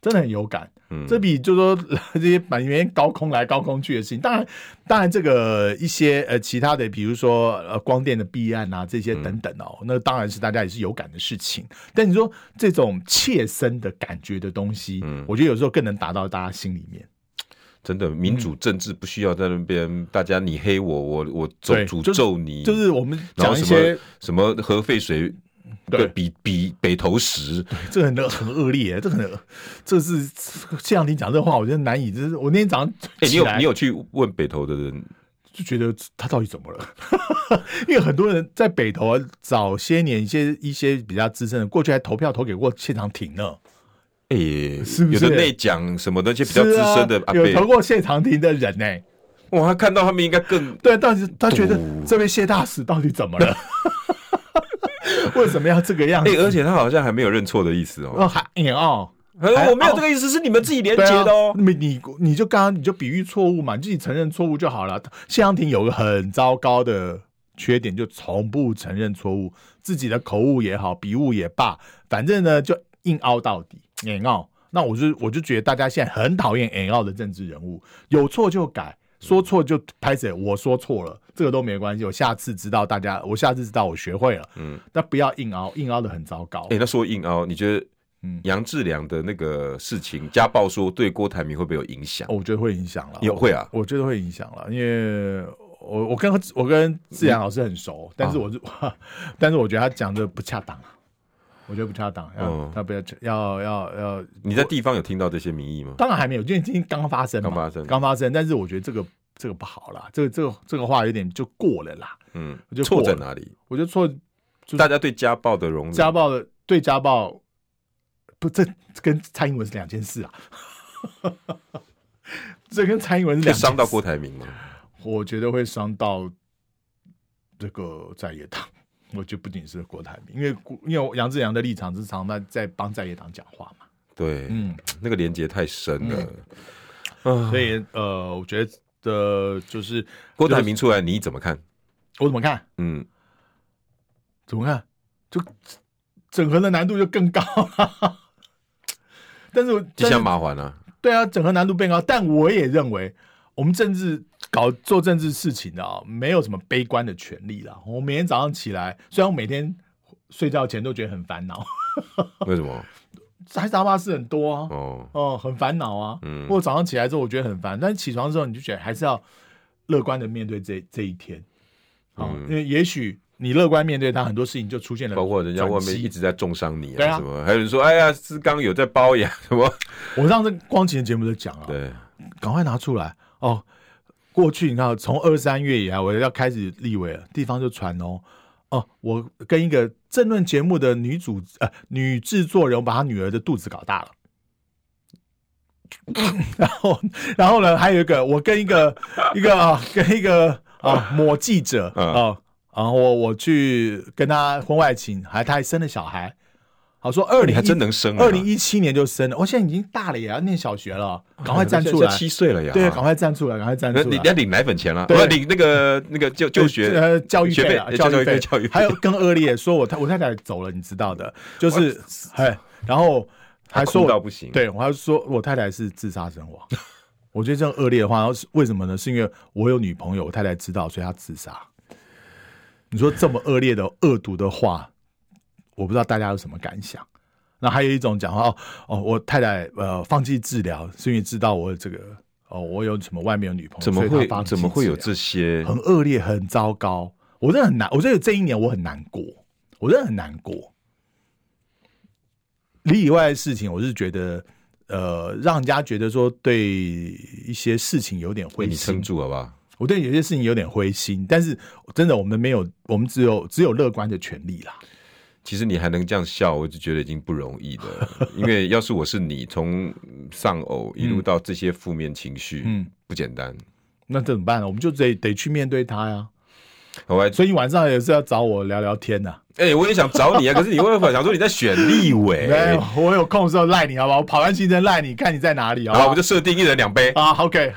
B: 真的很有感。
A: 嗯
B: 这比就说呃这些把里面高空来高空去的事情，当然，当然这个一些呃其他的，比如说呃光电的弊案啊这些等等哦，
A: 嗯
B: 那当然是大家也是有感的事情。但你说这种切身的感觉的东西，
A: 嗯
B: 我觉得有时候更能达到大家心里面。
A: 真的民主政治不需要在那边大家你黑我，我我咒
B: 对
A: 诅
B: 就是
A: 咒你，
B: 就是我们
A: 嗯然
B: 讲
A: 后
B: 一
A: 什
B: 些
A: 么什么核废水对
B: 对
A: 比比北投十，
B: 这个很很恶劣，这个很这是这样你讲这话，我觉得难以。就是我那天早上
A: 哎、你
B: 起
A: 有
B: 来
A: 你有去问北投的人？
B: 就觉得他到底怎么了？ [LAUGHS] 因为很多人在北投啊，早些年一些一些比较资深的过去还投票投给过县长挺呢，
A: 哎、
B: 是不是
A: 有的内讲什么那些比较资
B: 是啊
A: 深的阿
B: 有
A: 贝、
B: 投过县长挺的人呢、
A: 哇，他看到他们应该更
B: 对，到底他觉得
A: 赌
B: 这位谢大使到底怎么了？ [LAUGHS] 为什么要这个样
A: 哎、
B: [LAUGHS] 子？
A: 而且他好像还没有认错的意思哦。
B: 哦，还哎哦，
A: 哎
B: 还
A: 我没有这个意思，是你们自己连接
B: 对啊
A: 的哦，。
B: 那么你你就刚刚你就比喻错误嘛，你自己承认错误就好了。谢长廷有个很糟糕的缺点，就从不承认错误，自己的口误也好，笔误也罢，反正呢就硬凹到底，硬凹。那我就我就觉得大家现在很讨厌硬凹的政治人物，有错就改。说错就拍谁，我说错了，这个都没关系。我下次知道大家，我下次知道我学会了。
A: 嗯
B: 嗯，那不要硬凹，硬凹的很糟糕
A: 哎、。那说硬凹，你觉得
B: 嗯
A: 杨志良的那个事情家暴说对郭台铭会不会有影响？
B: 我觉得会影响了，
A: 也会啊，
B: 我觉得会影响了，因为我我跟我跟志阳老师很熟，
A: 嗯
B: 但是我就、 [LAUGHS] 但是我觉得他讲的不恰当啊，我觉得不恰当，要、
A: 嗯
B: 他不要要要要，
A: 你在地方有听到这些民意吗？
B: 当然还没有，因为今天刚发生嘛，
A: 刚发生
B: 刚发生，但是我觉得这个这个不好啦，这个这个这个话有点就过了啦，
A: 嗯
B: 我，就
A: 错在
B: 过了
A: 哪里？
B: 我觉得错就是
A: 大家对家暴的容忍，
B: 家暴的对家暴，不这这跟蔡英文是两件事啊， [LAUGHS] 这跟蔡英文是
A: 会
B: 两件
A: 伤到
B: 事
A: 郭台铭吗？
B: 我觉得会伤到这个在野党。 [LAUGHS] 我觉得不仅是郭台铭，因为郭因为杨志良的立场是常常在帮在野党讲话嘛，
A: 对，
B: 嗯，
A: 那个连接太深了。啊
B: 所以呃，我觉得呃，就是
A: 郭台铭出来你怎么看？
B: 我怎么看，
A: 嗯，
B: 怎么看，就整合的难度就更高 [LAUGHS] 了。但是我，
A: 就
B: 但
A: 像
B: 是
A: 麻烦啊。
B: 对啊，整合难度变高，但我也认为我们政治搞做政治事情的啊，没有什么悲观的权利啦。我每天早上起来，虽然我每天睡觉前都觉得很烦恼，
A: 为什
B: [LAUGHS]
A: 么？
B: 还杂巴事很多啊，
A: 哦，
B: 哦，很烦恼啊。
A: 嗯
B: 我早上起来之后，我觉得很烦，但是起床之后，你就觉得还是要乐观的面对这这一天啊、
A: 嗯
B: 因为也许你乐观面对它，很多事情就出现了。
A: 包括人家外面
B: 转机
A: 一直在重伤你
B: 对
A: 啊，
B: 啊哦
A: 什么？还有人说，哎呀，志刚有在包养什么？
B: 我上次光晴的节目就讲了，
A: 对，
B: 赶快拿出来哦。过去你看，从二三月以来，我要开始立委了，地方就传哦，哦，我跟一个政论节目的女主呃女制作人，我把她女儿的肚子搞大了。 [LAUGHS] 然后，然后呢，还有一个，我跟一个一个啊，跟一个啊某记者
A: 嗯
B: 啊，然后我我去跟他婚外情，还他还生了小孩，好说二
A: 你
B: 零
A: 还真能生啊，
B: 二零一七年就生了，我现在已经大了，也要念小学
A: 哦
B: 了，赶快站出
A: 现
B: 来
A: 在！七岁了呀，
B: 对，赶啊快站出来，赶快站
A: 那
B: 出
A: 你
B: 来
A: 你！要领奶粉钱了，不
B: 对
A: 是领那个那个就就学
B: 呃教育
A: 学
B: 费
A: 费
B: 啊，
A: 教育
B: 育
A: 费
B: 费，
A: 教育费
B: 还有更恶劣，说我太我太太走了，你知道的，就是哎，然后还说
A: 哭到
B: 我
A: 不行，，
B: 对我还说我太太是自杀身亡，我觉得这样恶劣的话，然后是为什么呢？是因为我有女朋友，我太太知道，所以她自杀。你说这么恶劣的恶毒的话，我不知道大家有什么感想。那还有一种讲话哦哦，我太太呃放弃治疗是因为知道我有这个哦，我有什么外面有女朋友，
A: 怎么
B: 所以
A: 会
B: 她放弃
A: 怎么会有
B: 治
A: 这
B: 疗
A: 些？
B: 啊很恶劣，很糟糕。我真的很难，我觉得这一年我很难过，我真的很难过。里以外的事情，我是觉得，呃，让人家觉得说对一些事情有点
A: 为
B: 灰
A: 你撑
B: 心。
A: 住好不好？
B: 我对有些事情有点灰心，但是真的，我们没有，我们只有只有乐观的权利啦。
A: 其实你还能这样笑，我就觉得已经不容易
B: [LAUGHS]
A: 了。因为要是我是你，从丧偶一路到这些负面情绪，
B: 嗯
A: 不简单。
B: 那这怎么办呢？我们就得得去面对它呀。
A: 好吧，
B: 所以你晚上也是要找我聊聊天呐、
A: 哎、我也想找
B: [LAUGHS]
A: 你啊，可是你会想说你在选立委，
B: 没有，我有空的时候赖你好不好？我跑完行程赖你，看你在哪里
A: 好
B: 好不
A: 吧，我
B: 好？
A: 们就设定一人两杯。
B: 啊，OK，